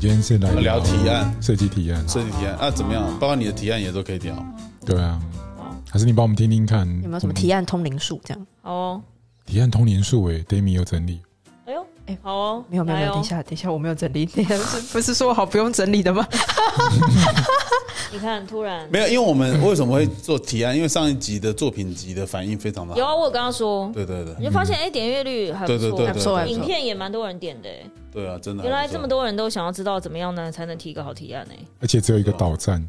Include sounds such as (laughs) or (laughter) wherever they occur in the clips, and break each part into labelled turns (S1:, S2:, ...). S1: 今天是来
S2: 聊提案
S1: 设计提案，
S2: 设计提案啊，怎么样？包括你的提案也都可以聊。
S1: 对啊，还是你帮我们听听看
S2: 嗯
S3: 有没有什么提案通灵术这样？
S4: 好哦，
S1: 提案通年数？诶 d a m i 有整理，
S4: 哎呦，
S3: 哎
S4: 好哦，
S3: 没有没有没
S4: 来
S3: 有，
S4: 哦
S3: 等一，下等一下，我没有整理。 (laughs)
S4: 等一下是
S3: 不是说好不用整理的吗？ (laughs)
S4: 你看，突然
S2: 没有，因为我们为什么会做提案？因为上一集的作品集的反应非常的
S4: 有
S2: 好。
S4: 啊，我有跟他说，
S2: 对对对
S4: 你就发现哎，点阅率还不
S2: 对对
S4: 错
S2: 对，
S3: 还不错还
S2: 对
S3: 不
S4: 影
S3: 错
S2: 对，
S4: 片也蛮多人点的哎，
S2: 对啊，真的还不错。
S4: 原来这么多人都想要知道怎么样呢才能提一个好提案呢？
S1: 而且只有一个导站，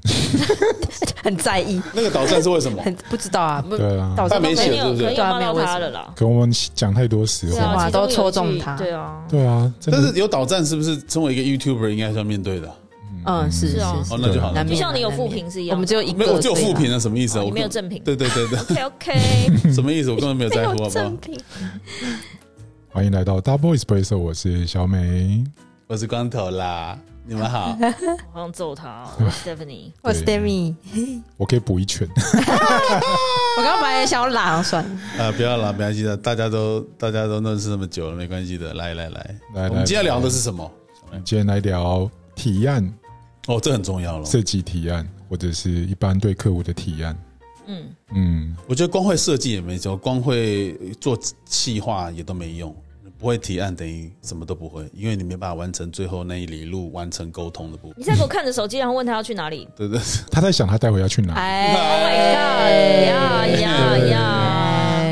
S3: 很在意，
S2: 那个导站是为
S4: (laughs)
S2: 什么？
S3: 很不知道啊，不
S1: 对啊
S3: 导致
S2: 他没
S3: 都
S2: 写对
S4: 没有，
S2: 不对
S4: 可以骂
S3: 对啊
S4: 到
S3: 没有
S4: 他了啦。
S1: 可我们讲太多实
S4: 对
S3: 是
S1: 话，
S3: 吗
S4: 啊，其中有一句
S3: 都戳中他
S4: 对啊，
S1: 对啊，真
S2: 但
S1: 的
S2: 是有导站是不是身为一个 YouTuber 应该是要面对的？
S3: 嗯是
S4: 是啊
S3: 是
S2: 哦，那就好了
S3: 难。
S4: 就
S3: 免
S4: 像你有负评是一样的
S3: 我们只有一
S2: 没
S3: 个，
S2: 有，我只有
S3: 对啊
S2: 负评了，什么意思啊？
S4: 哦
S2: 我
S4: 你没有
S2: 根
S4: 正品
S2: 对对对
S4: (laughs)
S2: 对，
S4: OK OK，
S2: 什么意思？我根本没有
S4: 没
S2: 在
S4: 有
S2: 乎，好不好
S4: 正？品，
S1: 欢迎来到 Double Espresso，我是小美，
S2: 我是光头啦，你们
S4: (laughs)
S2: 好。
S4: 我好想揍他
S2: (laughs)
S4: 哦。我是 Stephanie，
S3: 我是 d e m i
S1: 我可以补一拳， (laughs)
S3: 我刚刚本来也想要懒，算了，
S2: 啊，不要了，没关系的，大家都大家都认识那么久了，没关系的。来来来，
S1: 来来
S2: 我们今天聊的是什么？
S1: 今天来聊提案
S2: 哦，这很重要了。
S1: 设计提案，或者是一般对客户的提案，
S4: 嗯，
S1: 嗯，
S2: 我觉得光会设计也没用，光会做企划也都没用，不会提案等于什么都不会，因为你没办法完成最后那一里路完成沟通的部分。
S4: 你再给我看着手机，然后问他要去哪里。
S2: 对对，
S1: 他在想他待会要去哪，
S3: 啊
S4: 哎呀呀
S2: (laughs)
S4: 呀！
S2: 对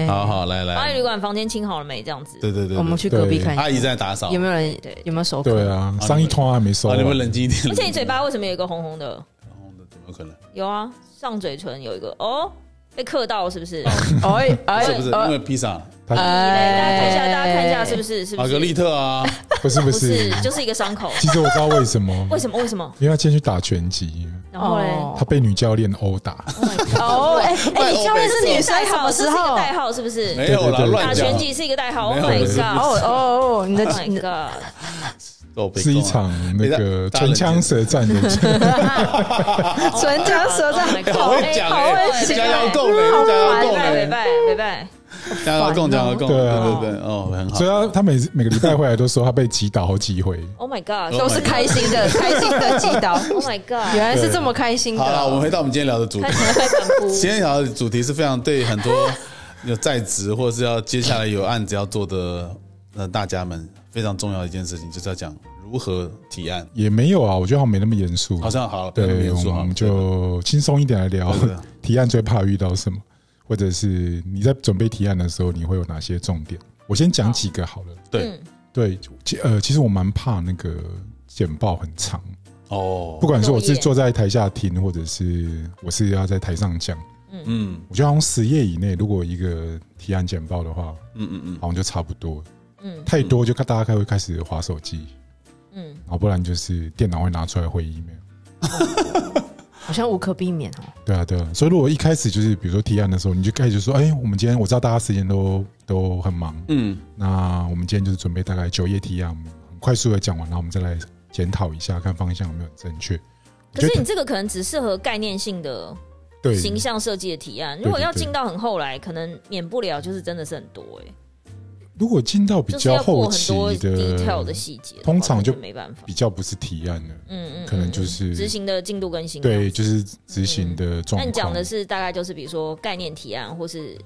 S2: 好好来
S4: 巴
S2: 来
S4: 黎旅，馆房间清好了没？这样子，
S2: 对对对，对
S3: 我们去隔壁
S1: 对
S3: 看一下
S2: 阿姨在打扫，
S3: 有没
S2: 有？
S3: 有人
S4: 对
S3: 有没有手感
S1: 对啊，上一通还没收
S2: 啊，
S1: 完，
S2: 你们冷静一点。
S4: 而且你嘴巴为什么有一个红红的？
S2: 红的怎么可能？
S4: 有啊，上嘴唇有一个哦，被刻到是不 (laughs) 是？
S3: 哎哎
S2: 是不是因为披萨？
S1: 他
S4: 大家看一下，
S3: 哎
S4: 大家看一下，是不是？是不
S2: 玛
S4: 是？
S2: 格丽特啊，
S1: 不是不
S4: 不
S1: 是
S4: 是，，就是一个伤口。
S1: 其实我知道为什么，
S4: 为什么？为什么？
S1: 因为他今天去打拳击，
S4: 然后嘞，
S3: 哦
S1: 他被女教练殴打，
S3: 哦，哎哎，你教练是女生
S4: 代
S3: 什
S4: 号，
S3: 么
S4: 这
S3: 时
S4: 是一个
S3: 候？
S4: 代号，是不是？
S2: 没有
S1: 对对
S2: 啦，
S1: 对
S2: 乱
S4: 打
S2: 讲
S4: 拳。击是一个代号。Oh
S2: 没有
S4: my
S2: 不是
S3: 哦
S4: god！Oh
S3: 哦哦，你的
S4: Oh my
S3: 你的
S4: god！
S2: 哦被
S1: 是一
S2: 告啊
S1: 场那个唇枪
S2: (laughs)
S1: 舌战的
S3: 唇枪舌战，
S4: Oh my
S2: 好
S4: god！哎
S2: 会讲
S3: 好
S2: 哎、
S3: 会
S2: 欸，
S3: 讲
S2: 加油够了，加油够
S4: 拜
S2: 了，
S4: 拜拜拜！
S2: 加油够，加油够，
S1: 对啊
S2: 对对对，哦，很好
S1: 所以。他他每每个礼拜回来都说他被击倒好几回，
S4: Oh my god！
S3: 都是开心 (laughs) 的，开心的击 (laughs) 倒，
S4: Oh my god！
S3: 原来是这么开心
S2: 好了，我们
S3: 的。
S2: 回到我们今天聊的主题
S4: 开。始 (laughs) 快想哭。
S2: 今天聊的主题是非常对很多 (laughs) 有在职或是要接下来有案子要做的呃大家们非常重要的一件事情，就是要讲如何提案。
S1: 也没有啊，我觉得好像没那么严肃，
S2: 好像好了，不要那么
S1: 对，
S2: 严肃
S1: 我
S2: 哈
S1: 们就轻松一点来聊
S2: 对对对啊
S1: 提案最怕遇到什么，或者是你在准备提案的时候你会有哪些重点？我先讲几个好了。
S2: 对
S4: 嗯
S1: 对，其呃，其实我蛮怕那个简报很长，
S2: 哦
S1: 不，管是我
S4: 作
S1: 是
S4: 业
S1: 坐在台下听，或者是我是要在台上讲，
S2: 嗯
S1: 我觉得好像十页以内，如果一个提案简报的话，
S2: 嗯嗯嗯，
S1: 好像就差不多。
S4: 嗯
S1: 太多就大家开会开始划手机，
S4: 嗯，
S1: 然后不然就是电脑会拿出来回 email。
S3: 好像无可避免哦。
S1: 对啊，对啊。所以如果一开始就是比如说提案的时候，你就开始说，哎，我们今天我知道大家时间都都很忙，
S2: 嗯，
S1: 那我们今天就是准备大概九页提案，我们很快速的讲完，然后我们再来检讨一下，看方向有没有正确。我
S4: 可
S1: 觉
S4: 是
S1: 得
S4: 你这个可能只适合概念性的
S1: 对
S4: 形象设计的提案，
S1: 对
S4: 如果要进到很后来，可能免不了就是真的是很多哎，
S1: 如果进到比
S4: 就是
S1: 较
S4: 要过
S1: 后
S4: 很
S1: 期
S4: 多 detail
S1: 的
S4: 的，细节的话，
S1: 通常就
S4: 可能没办法。
S1: 比较不是提案了，
S4: 嗯嗯，
S1: 可能就
S4: 嗯执
S1: 是
S4: 行的进度更新。
S1: 对，，就是执行的状
S4: 嗯那
S1: 况。
S4: 你讲的是大概就是比如说概念提案，或是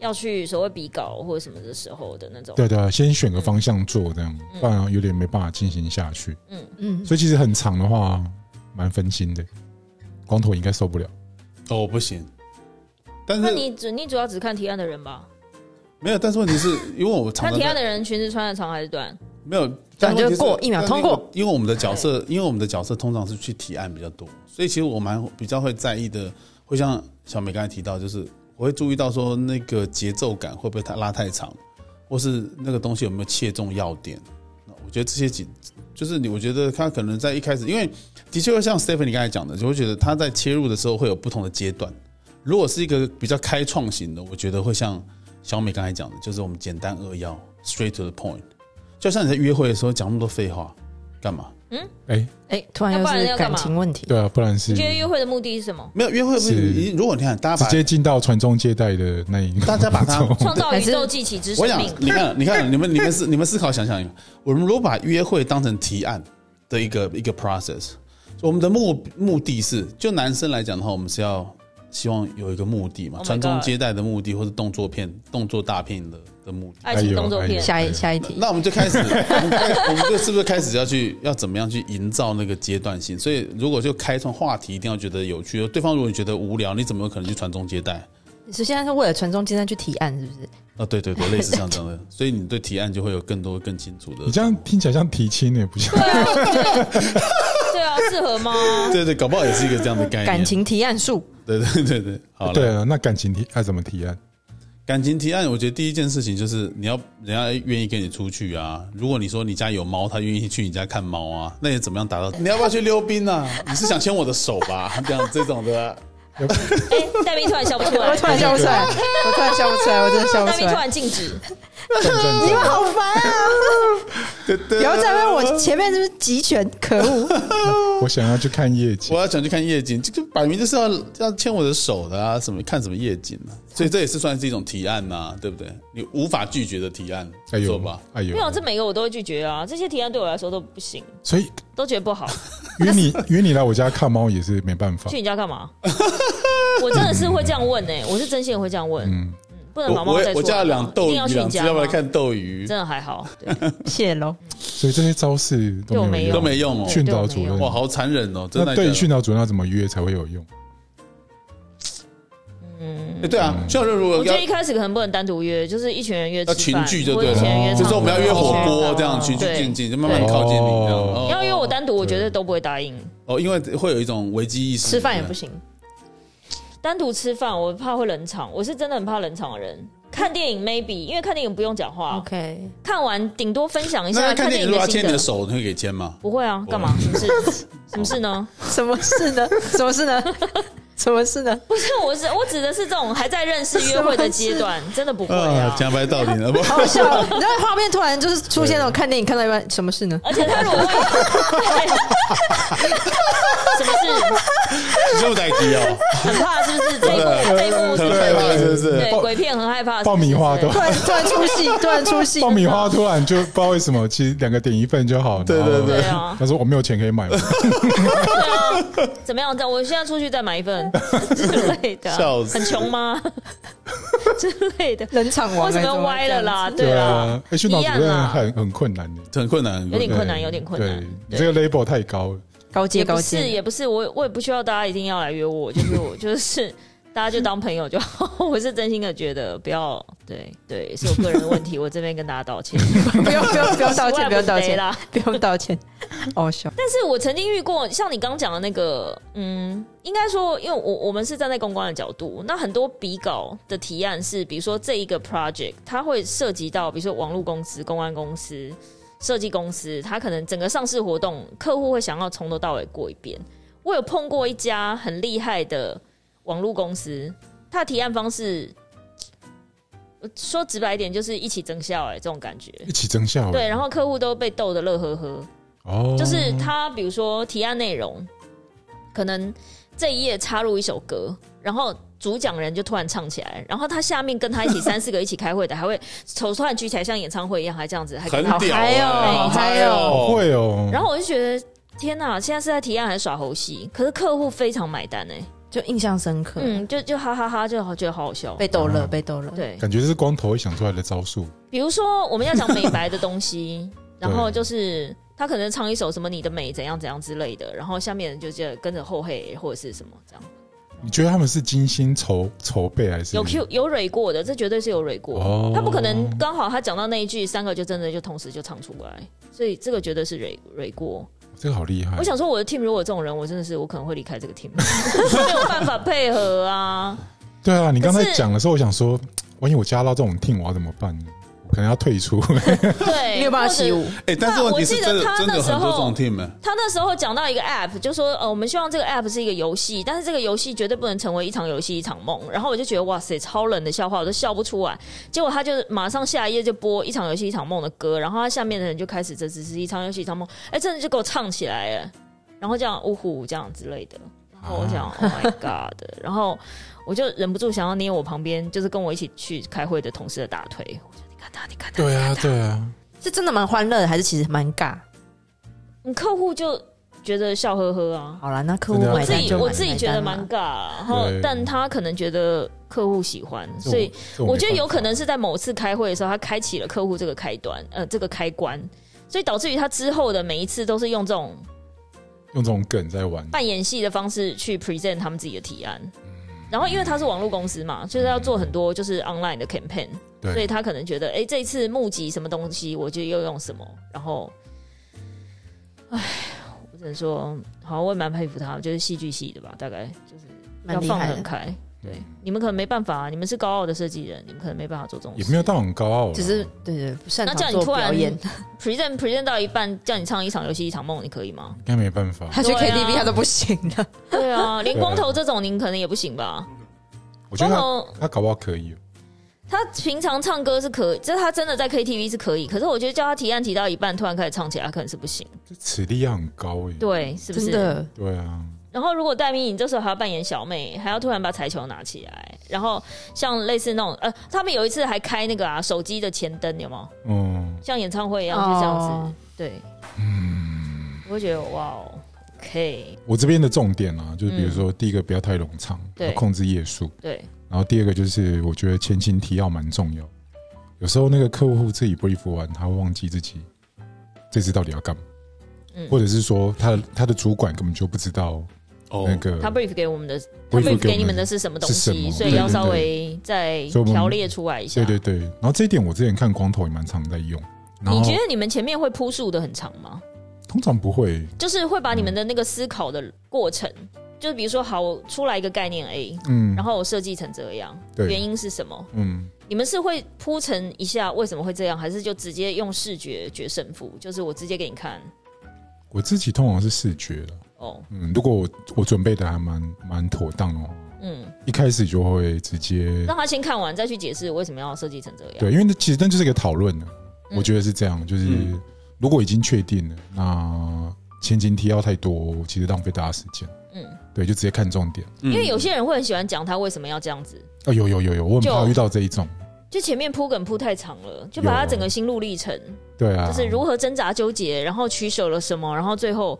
S4: 要去所谓比稿或者什么的时候的那种。
S1: 对对啊，先选个方向做这样，
S4: 嗯
S1: 不然有点没办法进行下去。
S4: 嗯，
S3: 嗯，
S1: 所以其实很长的话，蛮分心的。光头应该受不了，
S2: 哦不行，但
S4: 那
S2: 是
S4: 你主你主要只看提案的人吧？
S2: 没有，但是问题是因为我常
S4: 看
S2: 常
S4: 提
S2: 在
S4: 案的人裙子穿的长还是短？
S2: 没有，
S3: 对啊
S2: 但问题
S3: 就是过
S2: 是
S3: 一秒
S2: 但
S3: 通
S2: 那个
S3: 过
S2: 因为我们的角色，因为我们的角色通常是去提案比较多，所以其实我蛮比较会在意的，会像小美刚才提到，就是我会注意到说那个节奏感会不会太拉太长，或是那个东西有没有切中要点。那我觉得这些几就是你，我觉得他可能在一开始，因为的确会像 Stephen 你刚才讲的，就会觉得他在切入的时候会有不同的阶段。如果是一个比较开创型的，我觉得会像小美刚才讲的，就是我们简单扼要，straight to the point。就像你在约会的时候讲那么多废话，干嘛？
S1: 哎，
S3: 哎，突然又是感情问题，
S1: 对啊，不然是
S4: 你觉得约会的目的是什么？
S2: 没有约会不
S1: 是
S2: 是？如果你看大家
S1: 直
S2: 把
S1: 接进到传宗接代的那一
S2: 大家把它
S1: 种
S4: 创造宇
S3: 还
S4: 宙
S3: 是
S4: 记起之
S2: 我
S4: 生
S2: 想
S4: 命，。
S2: 你看，你看，你们你们思你们思考想想，我们如果把约会当成提案，的一个一个 process。我们的目目的是，就男生来讲的话，我们是要希望有一个目的嘛，
S4: Oh my
S2: 传宗
S4: God
S2: 接代的目的，或者动作片、动作大片的的目的。
S4: 爱情动作片
S1: 哎呦哎呦
S3: 下一下一题，
S2: 那我们就
S1: (laughs)
S2: 开始，我们开我们就是不是开始要去要怎么样去营造那个阶段性？所以如果就开创话题，一定要觉得有趣。对方如果你觉得无聊，你怎么有可能去传宗接代？
S3: 你是现在是为了传宗接代去提案是不是？
S2: 啊，对对对，类似像这样
S1: (laughs)
S2: 的，所以你对提案就会有更多更清楚的。
S1: (laughs) 你这样听起来像提亲也不像。
S4: 对啊，对啊，适合吗？
S2: 对对，搞不好也是一个这样的概念。
S3: 感，情提案术，
S2: 对对对对，好了。
S1: 对啊，那感情提要怎么提案？
S2: 感情提案，我觉得第一件事情就是你要人家愿意跟你出去啊。如果你说你家有猫，他愿意去你家看猫啊，那你怎么样达
S1: (laughs)
S2: 到？你要不要去溜冰啊？你是想牵我的手吧？这样这种的啊，
S4: 哎、戴明突然笑不出
S3: (laughs)
S4: 来
S3: 我，突然笑不出来，我突然笑不出 (laughs) 来，我真的笑不
S4: 戴
S3: 出
S4: 明突
S3: 来。
S4: 然静止，
S3: 你们好烦啊！ (laughs) 不要再问我前面是不是集权，可恶！
S1: (laughs) 我想要去看夜景
S2: 我，要想去看夜景，这个摆明就是要要牵我的手的啊，什么看什么夜景啊？所以这也是算是一种提案呐、对不对？你无法拒绝的提案，
S1: 哎
S2: 做
S1: 呦
S2: 吧。，
S1: 哎
S4: 没有
S1: 呦，
S4: 这每个我都会拒绝啊，这些提案对我来说都不行，
S1: 所以
S4: 都觉得不好。
S1: 约你约你来我家看猫也是没办法
S4: 去。你家干嘛？ (laughs) 我真的是会这样问呢、欸我是真心的会这样问，嗯，不能
S2: 我
S4: 把猫
S2: 我
S4: 带出来啊。
S2: 我家有两
S4: 一
S2: 斗鱼，
S4: 定要去
S2: 两
S4: 你
S2: 只
S4: 家
S2: 要不要
S4: 吗
S2: 看斗鱼？
S4: 真的还好，
S2: (laughs)
S4: 对，
S3: (laughs) 谢喽，
S1: 所以这些招式都没有
S4: 都
S1: 用。
S2: 都没用哦
S4: 对。
S1: 训导主任
S4: 都没
S2: 哇，好残忍哦！真的
S1: 那对于
S2: 假的
S1: 训导主任要怎么约才会有用？
S2: 哎对啊，
S1: 嗯
S2: 训导主任如果
S4: 我觉
S2: 要
S4: 得一开始可能不能单独约，就是一群人约
S2: 要
S4: 吃
S2: 群
S4: 饭
S2: 聚就
S4: 或者
S2: 对
S4: 一群人约
S1: 哦
S4: 唱
S2: 就是我们要约火
S4: 歌
S2: 锅这样
S4: 对
S2: 循序渐进，就慢慢
S4: 对
S2: 靠近你这样。
S1: 哦
S4: 你要约我
S2: 哦
S4: 单独，我绝
S1: 对
S4: 对都不会答应。
S2: 哦，因为会有一种危机意识，
S3: 吃饭也不行，
S4: 单独吃饭，我怕会冷场，我是真的很怕冷场的人。看电影 maybe，因为看电影不用讲话
S3: OK，
S4: 看完顶多分享一
S2: 那
S4: 下
S2: 看电影
S4: 影
S2: 如果
S4: 的
S2: 他
S4: 心
S2: 牵你的哦
S4: 得。
S2: 手，你会给牵吗？
S4: 不会啊，干嘛？什么事？什么事呢？
S3: 什么事 (laughs) 呢？什么事呢？什么事呢？
S4: 不是，我是我指的是这种还在认识约会的阶
S2: (laughs)
S4: 段，真的不会啊。
S2: 讲白道理了不？
S4: (laughs)
S3: 好笑哦！ (laughs) 你知道画面突然就是出现那种看电影看到一半，什么事呢？
S4: 而且他如果问 (laughs) 什么事，
S2: 你这么歹机哦，
S4: 很怕是不是？
S2: 哎
S4: 这一幕这一幕是
S2: 很
S4: 不
S2: 害怕
S4: 是？
S2: 是不是？
S4: 对，鬼片很害怕。
S1: 爆米花都
S4: 是不
S3: 突然突然出戏，突然出
S4: 啊
S3: 戏，
S1: 爆米花突然就不知道为什么，其实两个点一份就好。
S2: 对对
S1: 然后
S4: 对对啊
S1: 他说我没有钱可以买，
S4: 是啊怎么样？这样我现在出去再买一份之类的，
S2: 笑死
S4: 很穷吗？之类
S1: (laughs)
S4: 的，
S3: 冷场王，啊
S4: 为什么要歪了啦？？ (laughs) 对
S1: 对
S4: 啦
S1: 啊，，哎训导
S4: 一
S1: 主
S4: 样
S1: 任
S4: 啦，
S1: 很很困难的，
S2: 很困难，很
S4: 有
S2: 困
S4: 点
S2: 难
S4: 困难，
S1: 对
S4: 有点困
S1: 对
S4: 难。
S1: 你这个 label 太高了，
S3: 高
S4: 也
S3: 阶
S4: 不
S3: 高
S4: 是
S3: 阶，
S4: 也不是，我我也不需要大家一定要来约我，就是我就是大家就当朋友就好。 (laughs) 我是真心的觉得不要，对对，是我个人的问题，我这边跟大家道歉。
S3: 不用不用不用道歉，不用道
S4: 我也
S3: 歉
S4: 不得啦。
S3: 不用道歉，好笑。
S4: 但是我曾经遇过，像你刚讲的那个，嗯，应该说，因为我我们是站在公关的角度，那很多比稿的提案是，比如说这一个 project，它会涉及到，比如说网络公司、公关公司、设计公司，它可能整个上市活动，客户会想要从头到尾过一遍。我有碰过一家很厉害的网络公司，它的提案方式，我说直白一点，就是一起增效、哎，这种感觉。
S1: 一起增效。
S4: 对，然后客户都被逗得乐呵呵。
S1: 哦，
S4: 就是他比如说提案内容，可能这一页插入一首歌，然后主讲人就突然唱起来，然后他下面跟他一起三四个一起开会的，还会手突然举起来像演唱会一样，还这样子，还跟
S2: 很
S4: 他
S2: 屌
S3: 好嗨哦
S2: 哎好嗨
S1: 好
S2: 哦，
S1: 会哦。
S4: 然后我就觉得天哪，现在是在提案还是耍猴戏？可是客户非常买单哎、
S3: 就印象深刻，
S4: 嗯，就就哈哈哈就好觉得好好笑。
S3: 被逗
S1: 嗯
S3: 乐，被逗乐。
S4: 对，
S1: 感觉这是光头会想出来的招数，
S4: 比如说我们要讲美白的
S2: (laughs)
S4: 东西，然后就是他可能唱一首什么“你的美怎样怎样”之类的，然后下面人就就跟着后嘿或者是什么这样。
S1: 你觉得他们是精心筹筹备还是
S4: 有 Q 有蕊过的，这绝对是有蕊过。
S1: 哦
S4: 他不可能刚好他讲到那一句，三个就真的就同时就唱出来，所以这个绝对是蕊蕊过。
S1: 这个好厉害
S4: 我。想说，我的 team 如果有这种人，我真的是我可能会离开这个 team，没 (laughs) 有办法配合啊。
S1: 对啊，你刚才
S4: 可是
S1: 讲的时候，我想说，万一我加到这种 team，我要怎么办
S4: (laughs)
S1: 呢？我可能要退出。
S4: 对，
S3: (laughs) 没有办法
S4: 或者
S3: 习武，
S2: 哎，但是问题是
S4: 我记得
S2: 真的
S4: 他
S2: 真的
S4: 那时
S2: 很
S4: 候
S2: 多这种 team 哎
S4: 他那时候讲到一个 app，就说呃，我们希望这个 app 是一个游戏，但是这个游戏绝对不能成为一场游戏一场梦。然后我就觉得哇塞，超冷的笑话我都笑不出来。结果他就马上下一页就播一场游戏一场梦的歌，然后他下面的人就开始这只是一场游戏一场梦，哎、真的就给我唱起来了，然后这样呜呼这样之类的。然后我想、Oh my God！然后我就忍不住想要捏我旁边就是跟我一起去开会的同事的大腿，我说你看他，你看他，
S1: 对啊，对啊，
S3: 是真的蛮欢乐的，还是其实蛮尬？
S4: 你客户就觉得笑呵呵啊。
S3: 好了，那客户
S1: 真的要
S3: 买
S4: 自
S1: 看
S3: 单
S4: 己
S3: 就
S4: 我
S3: 买
S4: 自己
S3: 买
S4: 觉
S3: 单
S4: 得
S3: 嘛
S4: 蛮尬啊，然后
S1: 对
S4: 但他可能觉得客户喜欢，
S1: 这
S4: 所以
S1: 这
S4: 我
S1: 没
S4: 觉得
S1: 办
S4: 有
S1: 法
S4: 可能是在某次开会的时候，他开启了客户这个开端，呃，这个开关，所以导致于他之后的每一次都是用这种
S1: 用这种梗在玩，
S4: 扮演戏的方式去 present 他们自己的提案。然后因为他是网络公司嘛，就是要做很多就是 online 的 campaign，所以
S1: 对，
S4: 他可能觉得，哎，这一次募集什么东西，我就又用什么，然后，哎，我只能说，好，我也蛮佩服他，就是戏剧系的吧，大概就是要
S3: 蛮厉
S4: 放得
S3: 害
S4: 很
S3: 的，
S4: 开。对，你们可能没办法、你们是高傲的设计人，你们可能没办法做这种
S1: 也
S4: 事。
S1: 没有到很高啊傲啦，
S3: 只是对对不擅
S4: 那叫
S3: 长
S4: 你
S3: 做
S4: 突然啊
S3: 表演，
S4: present present 到一半，叫你唱一场游戏一场梦，你可以吗？
S1: 应该没办法。
S3: 他去
S4: 对啊
S3: KTV 他都不行了。
S4: 对啊，连
S1: 对
S4: 光头这种您可能也不行吧？
S1: 我觉
S4: 光
S1: 得他
S4: 头
S1: 他搞不好可以哦，
S4: 他平常唱歌是可以，这他真的在 KTV 是可以，可是我觉得叫他提案提到一半，突然开始唱起来，他可能是不行。
S1: 这磁力要很高耶。
S4: 对，是不
S3: 真
S4: 是？
S3: 的，
S1: 对啊，
S4: 然后如果戴咪，你这时候还要扮演小妹，还要突然把彩球拿起来，然后像类似那种呃，他们有一次还开那个啊手机的前灯，有没有？
S1: 嗯，
S4: 像演唱会一样是这样子，
S3: 哦
S4: 对，
S1: 嗯
S4: 我会觉得哇哦，OK，
S1: 我这边的重点啊，就是比如
S4: 嗯
S1: 说第一个不要太冗长，
S4: 对
S1: 要控制页数，
S4: 对，
S1: 然后第二个就是我觉得前情提要蛮重要，有时候那个客户自己 brief 完，他会忘记自己这次到底要干嘛，
S4: 嗯
S1: 或者是说他的他的主管根本就不知道
S2: 哦
S1: 那个
S4: 他 brief 给我们的，他
S1: brief
S4: brief
S1: 给
S4: 给
S1: 我
S4: 你
S1: 们
S4: 们的是什么东
S1: 是什么
S4: 西，所以
S1: 对
S4: 要
S1: 对
S4: 稍
S1: 对
S4: 微再
S1: 所以我们
S4: 条列出来一下。
S1: 啊对对对，然后这一点我之前看光头也蛮常在用，然
S4: 你
S1: 后
S4: 觉得你们前面会铺述的很长吗？
S1: 通常不会，
S4: 就是会把你们的那个思考的过程，就是比如说，好，我出来一个概念 A，
S1: 嗯，
S4: 然后我设计成这样，
S1: 对
S4: 原因是什么？
S1: 嗯，
S4: 你们是会铺陈一下为什么会这样，还是就直接用视觉决胜负？就是我直接给你看
S1: 我自己通常是视觉的，
S4: 哦，
S1: 嗯，如果我我准备的还蛮蛮妥当的话，
S4: 嗯，
S1: 一开始就会直接
S4: 让他先看完再去解释为什么要设计成这样。
S1: 对，因为那其实那就是一个讨论了，
S4: 嗯
S1: 我觉得是这样，就是、
S2: 嗯
S1: 如果已经确定了，那前情提要太多，其实浪费大家时间，
S4: 嗯，
S1: 对，就直接看重点。
S2: 因
S4: 因为有些人会很喜欢讲他为什么要这样子，
S1: 啊，有有有有，我很怕
S4: 就
S1: 遇到这一种，
S4: 就前面铺梗铺太长了，就把他
S1: 有
S4: 整个心路历程，
S1: 对啊，
S4: 就是如何挣扎纠结，然后取舍了什么，然后最后。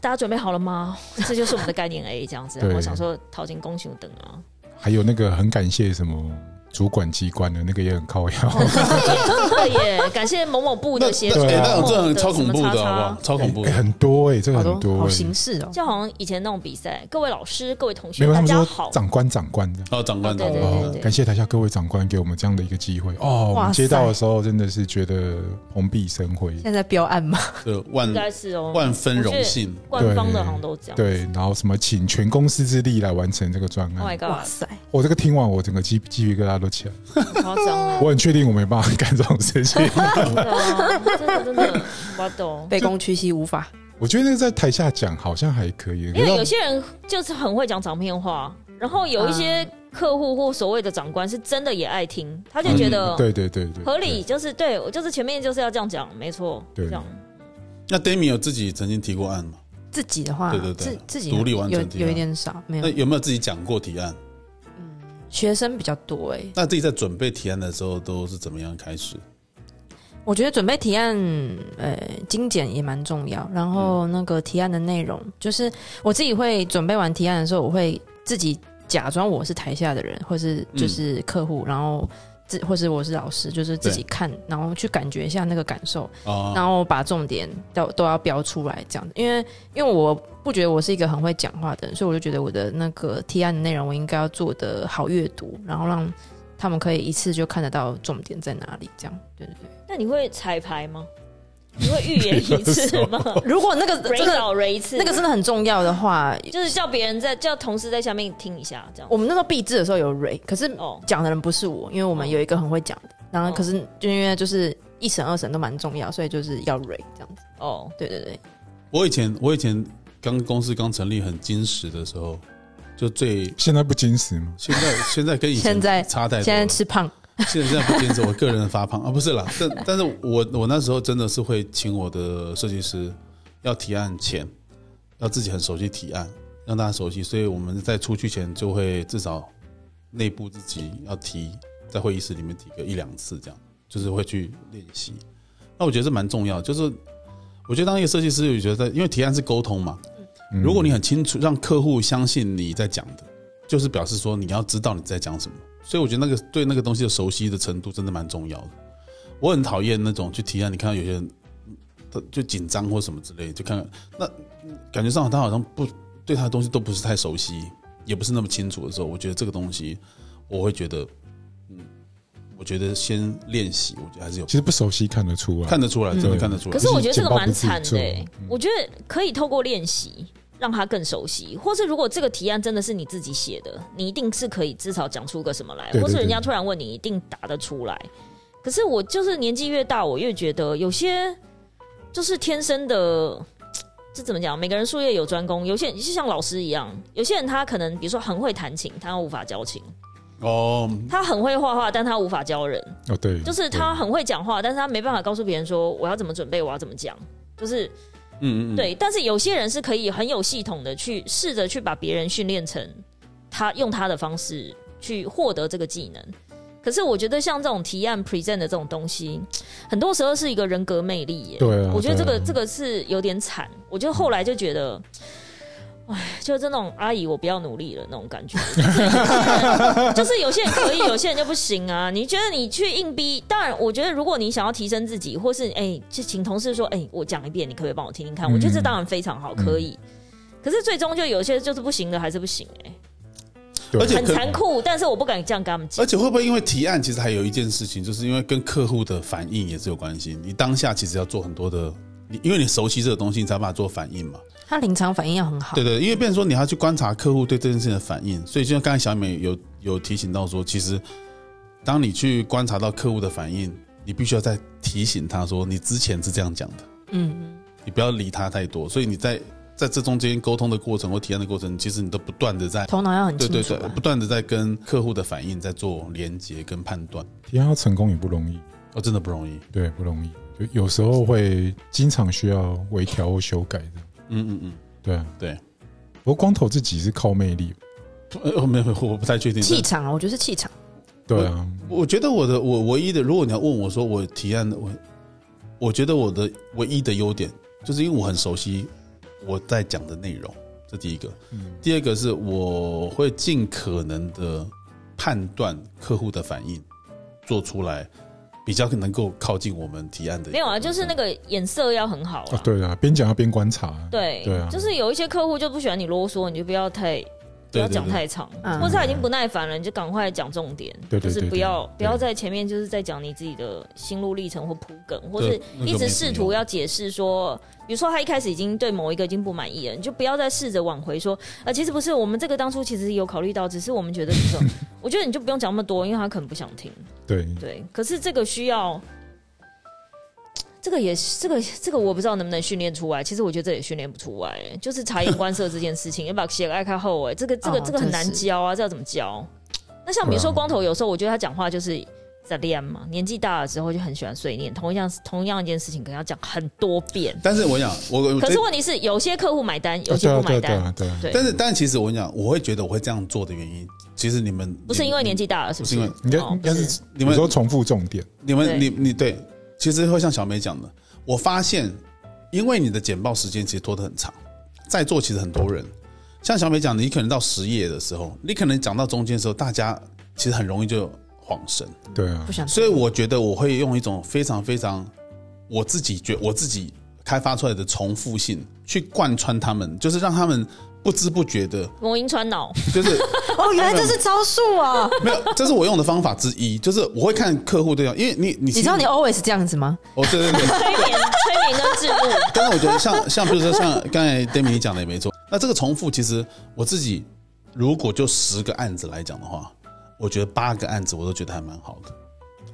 S4: 大家准备好了吗？这就是我们的概念 A 这样子。
S1: 对
S4: 我想说，淘金公熊等啊，
S1: 还有那个很感谢什么主管机关的那个也很靠
S4: (laughs)
S1: 腰，
S4: 真的耶！感谢某某部
S2: 那
S4: 的协助，
S2: 那哎那种
S4: 某某
S2: 这很
S4: 的
S2: 超
S4: 什
S2: 恐
S4: 么
S2: 怖的，好
S4: 叉
S2: 不
S4: 叉
S2: 好？超恐怖
S1: 欸
S2: 的。
S1: 很多 (laughs) 哎、这个
S3: 好
S1: 很
S3: 多
S1: 多、
S3: 好
S1: 欸
S3: 形，式哦。
S4: 就好像以前那种比赛，各位老师、各位同
S1: 没
S4: 学，
S1: 有他
S4: 大
S1: 们
S4: 家
S1: 说
S4: 好，
S1: 长官长官的。
S2: 还有长官，
S4: 对对
S1: 哦，感谢台下各位长官给我们这样的一个机会哦，我
S3: 哇
S1: 们
S3: 塞
S1: 接到的时候真的是觉得蓬荜生辉，
S3: 现在标案嘛，
S2: 对
S4: 应该
S2: 万
S4: 是哦，
S2: 万分荣幸。
S4: 官方的好像都这样。
S1: 对，然后什么请全公司之力来完成这个专案，
S4: ，Oh my
S3: 哇
S4: god，
S3: 塞，
S1: 我、这个听完我整个鸡鸡皮疙瘩都起来，
S4: 好夸张啊！
S1: 我很确定我没办法干这种事
S4: (laughs)
S1: 情。
S4: 真的啊，真的真的，我懂。
S3: 卑躬屈膝无法。
S1: 我觉得那个在台下讲好像还可以，
S4: 因为
S1: 可是
S4: 有些人就是很会讲长片话，然后有一些客户或所谓的长官是真的也爱听，他就觉得
S1: 嗯对对对对，
S4: 合理，就是对我就是前面就是要这样讲，没错，
S1: 对
S4: 这样。
S2: 那 Demi 有自己曾经提过案吗？
S3: 自己的话，
S2: 对对对
S3: 自自己
S2: 独立完成
S3: 有
S2: 提案
S3: 有一点少，没
S2: 那
S3: 有
S2: 有没有自己讲过提案？
S3: 学生比较多哎、
S2: 那自己在准备提案的时候都是怎么样开始？
S3: 我觉得准备提案，呃，精简也蛮重要。然后那个提案的内
S2: 嗯
S3: 容，就是我自己会准备完提案的时候，我会自己假装我是台下的人，或是
S2: 嗯
S3: 就是客户，然后自或是我是老师，就是自己看，然后去感觉一下那个感受，
S2: 啊，
S3: 然后把重点都都要标出来，这样。因为因为我不觉得我是一个很会讲话的人，所以我就觉得我的那个提案的内容，我应该要做的好阅读，然后让他们可以一次就看得到重点在哪里，这样。对对对。
S4: 那你会彩排吗？你
S1: (laughs)
S4: 会预言一次吗？ (laughs)
S3: 如果那个
S4: 蕊
S3: 真的
S4: 老蕊一次，
S3: 那个真的很重要的话，
S4: 就是叫别人在叫同事在下面听一下，这样
S3: 我。们那时候闭制的时候有蕊，可是
S4: 哦，
S3: 讲的人不是我，因为我们有一个很会讲的，然后
S4: 哦
S3: 可是就因为就是一审二审都蛮重要，所以就是要蕊这样子。
S4: 哦，
S3: 对对对，
S2: 我以前我以前刚公司刚成立很矜持的时候，就最
S1: 现在不矜持吗？
S2: 现在现在跟以前
S3: 现在
S2: 差太多了。
S3: 现在吃胖，
S2: 现在现在不坚持，我个人发胖啊，不是啦，但但是我我那时候真的是会请我的设计师要提案前，要自己很熟悉提案，让大家熟悉，所以我们在出去前就会至少内部自己要提，在会议室里面提个一两次，这样就是会去练习。那我觉得这蛮重要，就是我觉得当一个设计师，我觉得因为提案是沟通嘛，
S1: 嗯
S2: 如果你很清楚让客户相信你在讲的，就是表示说你要知道你在讲什么。所以我觉得那个对那个东西的熟悉的程度真的蛮重要的。我很讨厌那种去提案，你看到有些人他就紧张或什么之类，就看看那感觉上他好像不对他的东西都不是太熟悉，也不是那么清楚的时候，我觉得这个东西我会觉得，嗯，我觉得先练习，我觉得还是有
S1: 其实不熟悉看得出来，
S2: 看得出来，真的
S1: 对
S2: 看得出来
S4: 嗯可。是我觉得这个蛮
S1: 就是简报
S4: 惨
S1: 不
S4: 的、
S1: 自
S4: 欸
S1: 重嗯，
S4: 我觉得可以透过练习让他更熟悉，或是如果这个提案真的是你自己写的，你一定是可以至少讲出个什么来，
S1: 对对
S4: 或是人家
S1: 对
S4: 突然问你，一定答得出来。可是我就是年纪越大，我越觉得有些就是天生的。这怎么讲？每个人术业有专攻，有些人就像老师一样，有些人他可能比如说很会弹琴，他无法教琴；
S2: 哦，
S4: 他很会画画，但他无法教人。
S1: 哦，对，
S4: 就是他很会讲话，但是他没办法告诉别人说我要怎么准备，我要怎么讲。就是
S2: 嗯嗯嗯，
S4: 对，但是有些人是可以很有系统的去试着去把别人训练成他用他的方式去获得这个技能。可是我觉得像这种提案 present 的这种东西，很多时候是一个人格魅力耶。
S1: 对对啊，
S4: 我觉得这个
S1: 对啊
S4: 这个是有点惨。我就后来就觉得，哎，就是这种阿姨，我不要努力了那种
S1: (laughs)
S4: 感觉。就是有些人可以，有些人就不行啊。你觉得你去硬逼？当然，我觉得如果你想要提升自己，或是哎，就请同事说，哎，我讲一遍，你可不可以帮我听听
S1: 嗯
S4: 看？我觉得这当然非常好，可以。可是最终就有些就是不行的，还是不行哎、
S1: 对啊
S2: 而且
S4: 很
S2: 可
S4: 残酷。但是我不敢这样跟他们讲
S2: 而。且会不会因为提案，其实还有一件事情，就是因为跟客户的反应也是有关系。你当下其实要做很多的，你因为你熟悉这个东西，你才把它做反应嘛。
S3: 他临场反应要很好。
S2: 对对，因为变成说你还要去观察客户对这件事情的反应，所以就像刚才小美有有提醒到说，其实当你去观察到客户的反应，你必须要再提醒他说，你之前是这样讲的，
S3: 嗯，
S2: 你不要理他太多。所以你在在这中间沟通的过程或提案的过程，其实你都不断的在
S3: 头脑要很
S2: 对
S3: 清
S2: 对
S3: 楚
S2: 对
S3: 啊。，
S2: 不断的在跟客户的反应在做连接跟判断。
S1: 提案要成功也不容易，
S2: 哦，真的不容易。
S1: 对，不容易，就有时候会经常需要微调或修改的，
S2: 嗯嗯嗯
S1: 对啊，
S2: 对。
S1: 不过光头自己是靠魅力，
S2: 不，
S4: 嗯
S2: 呃，没有，没有我不太确定。
S3: 气场啊，我觉得是气场。
S1: 对啊，
S2: 我觉得我的我唯一的，如果你要问我说我提案的，我我觉得我的唯一的优点，就是因为我很熟悉我在讲的内容，这第一个。
S1: 嗯，
S2: 第二个是我会尽可能的判断客户的反应，做出来比较能够靠近我们提案的。
S4: 没有啊，就是那个眼色要很好
S1: 啊
S4: 啊。
S1: 对啊，边讲要边观察，
S4: 对
S1: 对啊
S4: 就是有一些客户就不喜欢你啰嗦，你就不要太不
S2: 对
S4: 要
S2: 对
S4: 讲
S2: 对
S4: 太长，
S3: 嗯
S4: 或者他已经不耐烦了，你就赶快讲重点，
S1: 对对对
S4: 就是不要
S1: 对
S4: 不要在前面就是在讲你自己的心路历程或铺梗，或是
S2: 那个
S4: 一
S2: 没
S4: 直试
S2: 用
S4: 图要解释说，比如说他一开始已经对某一个已经不满意了，你就不要再试着挽回说，呃，其实不是，我们这个当初其实有考虑到，只是我们觉得这
S2: (laughs)
S4: 种，我觉得你就不用讲那么多，因为他可能不想听。
S1: 对，啊
S4: 对，可是这个需要，这个也是这个这个我不知道能不能训练出来。其实我觉得这也训练不出来，就是察言观色这件事情，要把写个爱看后哎，这个这个、
S3: 哦
S4: 这个很难
S3: 真是
S4: 教啊，这要怎么教？那像比如
S1: 对
S4: 说
S1: 啊
S4: 光头，有时候我觉得他讲话就是。在练嘛，年纪大了之后就很喜欢碎念，同一样同样一件事情，可能要讲很多遍。
S2: 但是我想，我我
S4: 可
S2: 这
S4: 是问题是，有些客户买单，有
S1: 啊
S4: 些
S1: 对啊，
S4: 不
S1: 对啊，对
S4: 买单，
S1: 啊，对啊，
S4: 对
S2: 但是但其实我跟你讲，我会觉得我会这样做的原因，其实你们
S4: 不是因为年纪大了，是
S2: 不是
S4: 不是？
S2: 因为
S1: 应该
S4: 哦
S1: 应该
S4: 不
S1: 是
S2: 你
S1: 有
S2: 们
S1: 时候重复重点，
S2: 你们
S4: 对
S2: 你你对，其实会像小美讲的，我发现，因为你的简报时间其实拖得很长，在座其实很多人，像小美讲的，你可能到十页的时候，你可能讲到中间的时候，大家其实很容易就恍神，
S1: 对啊
S3: 不，想
S2: 所以我觉得我会用一种非常非常我自己觉我自己开发出来的重复性去贯穿他们，就是让他们不知不觉的，
S4: 魔音穿脑，
S2: 就是。
S3: 哦，原来这是招数
S2: (laughs)
S3: 啊！
S2: 没有，这是我用的方法之一，就是我会看客户对象，因为你你
S3: 你知道你 always 这样子吗？
S2: 哦，对对对，
S4: 催眠催眠跟置入，
S2: 但是我觉得像像比如说像刚才 d a m i 你讲的也没错，那这个重复其实我自己如果就十个案子来讲的话，我觉得八个案子我都觉得还蛮好的，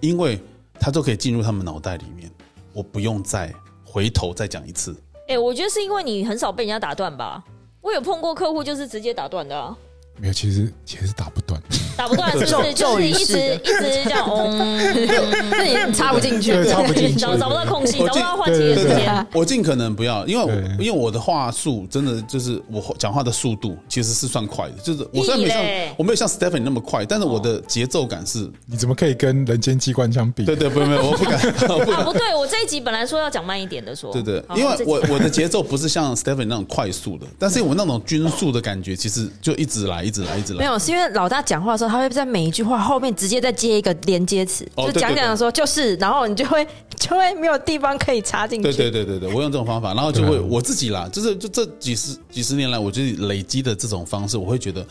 S2: 因为它都可以进入他们脑袋里面，我不用再回头再讲一次。
S4: 哎、我觉得是因为你很少被人家打断吧。我有碰过客户就是直接打断的、啊，
S1: 没有，其实其实打不断， (laughs)
S4: 打不断，是不是？
S3: (laughs) 咒
S4: 就是一
S3: 咒语
S4: 直
S3: 式
S4: 一直这
S3: (laughs)
S4: 样，嗡，
S2: 嗯
S3: 那你插不进去，
S1: 对插不进去
S4: 找找不到空隙，
S2: 我
S4: 找不
S2: 进
S4: 到换气的时
S1: 对对
S4: 间。
S2: (laughs) 我尽可能不要，因为我
S1: 对
S2: 因为我的话术真的就是我讲话的速度其实是算快的，就是我虽然没
S4: 屁嘞
S2: 像我没有像 Stephanie 那么快，但是我
S1: 哦
S2: 的节奏感是，
S1: 你怎么可以跟人间机关枪比？
S2: 对对，不没有，我不敢，我不
S4: 啊，
S2: 敢，
S4: 不对，我这一集本来说要讲慢一点的说，
S2: 对对
S4: 好，
S2: 因
S4: 好
S2: 为
S4: 这集
S2: 我我的节奏不是像 Stephanie 那种快速的，但是我那种均速的感觉，其实就一直来，一直来，一直
S3: (laughs) 没
S2: 来。
S3: 有，是因为老大讲话的时候，他会在每一句话后面直接再接一个连接词，
S2: 哦
S3: 就
S2: 对
S3: 讲
S2: 对对
S3: 讲的时候就是，然后你就会 (laughs) 就会没有地方可以插进去。
S2: 对对对对对，我用这种方法，然后就
S1: 对啊
S2: 会我自己啦，就是就这几十几十年来，我就是累积的这种方式，我会觉得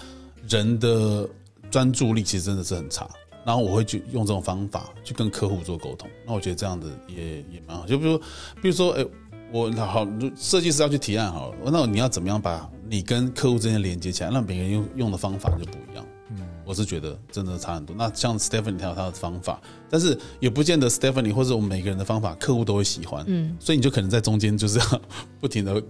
S2: 人的专注力其实真的是很差。然后我会去用这种方法去跟客户做沟通，那我觉得这样子也也蛮好。就比如，比如说，哎，我好如设计师要去提案好了，那你要怎么样把你跟客户之间连接起来？那每个人用用的方法就不一样。
S1: 嗯
S2: 我是觉得真的差很多。那像 Stephanie 她有她的方法，但是也不见得 Stephanie 或者我们每个人的方法，客户都会喜欢。嗯，所以你就可能在中间就是要不停的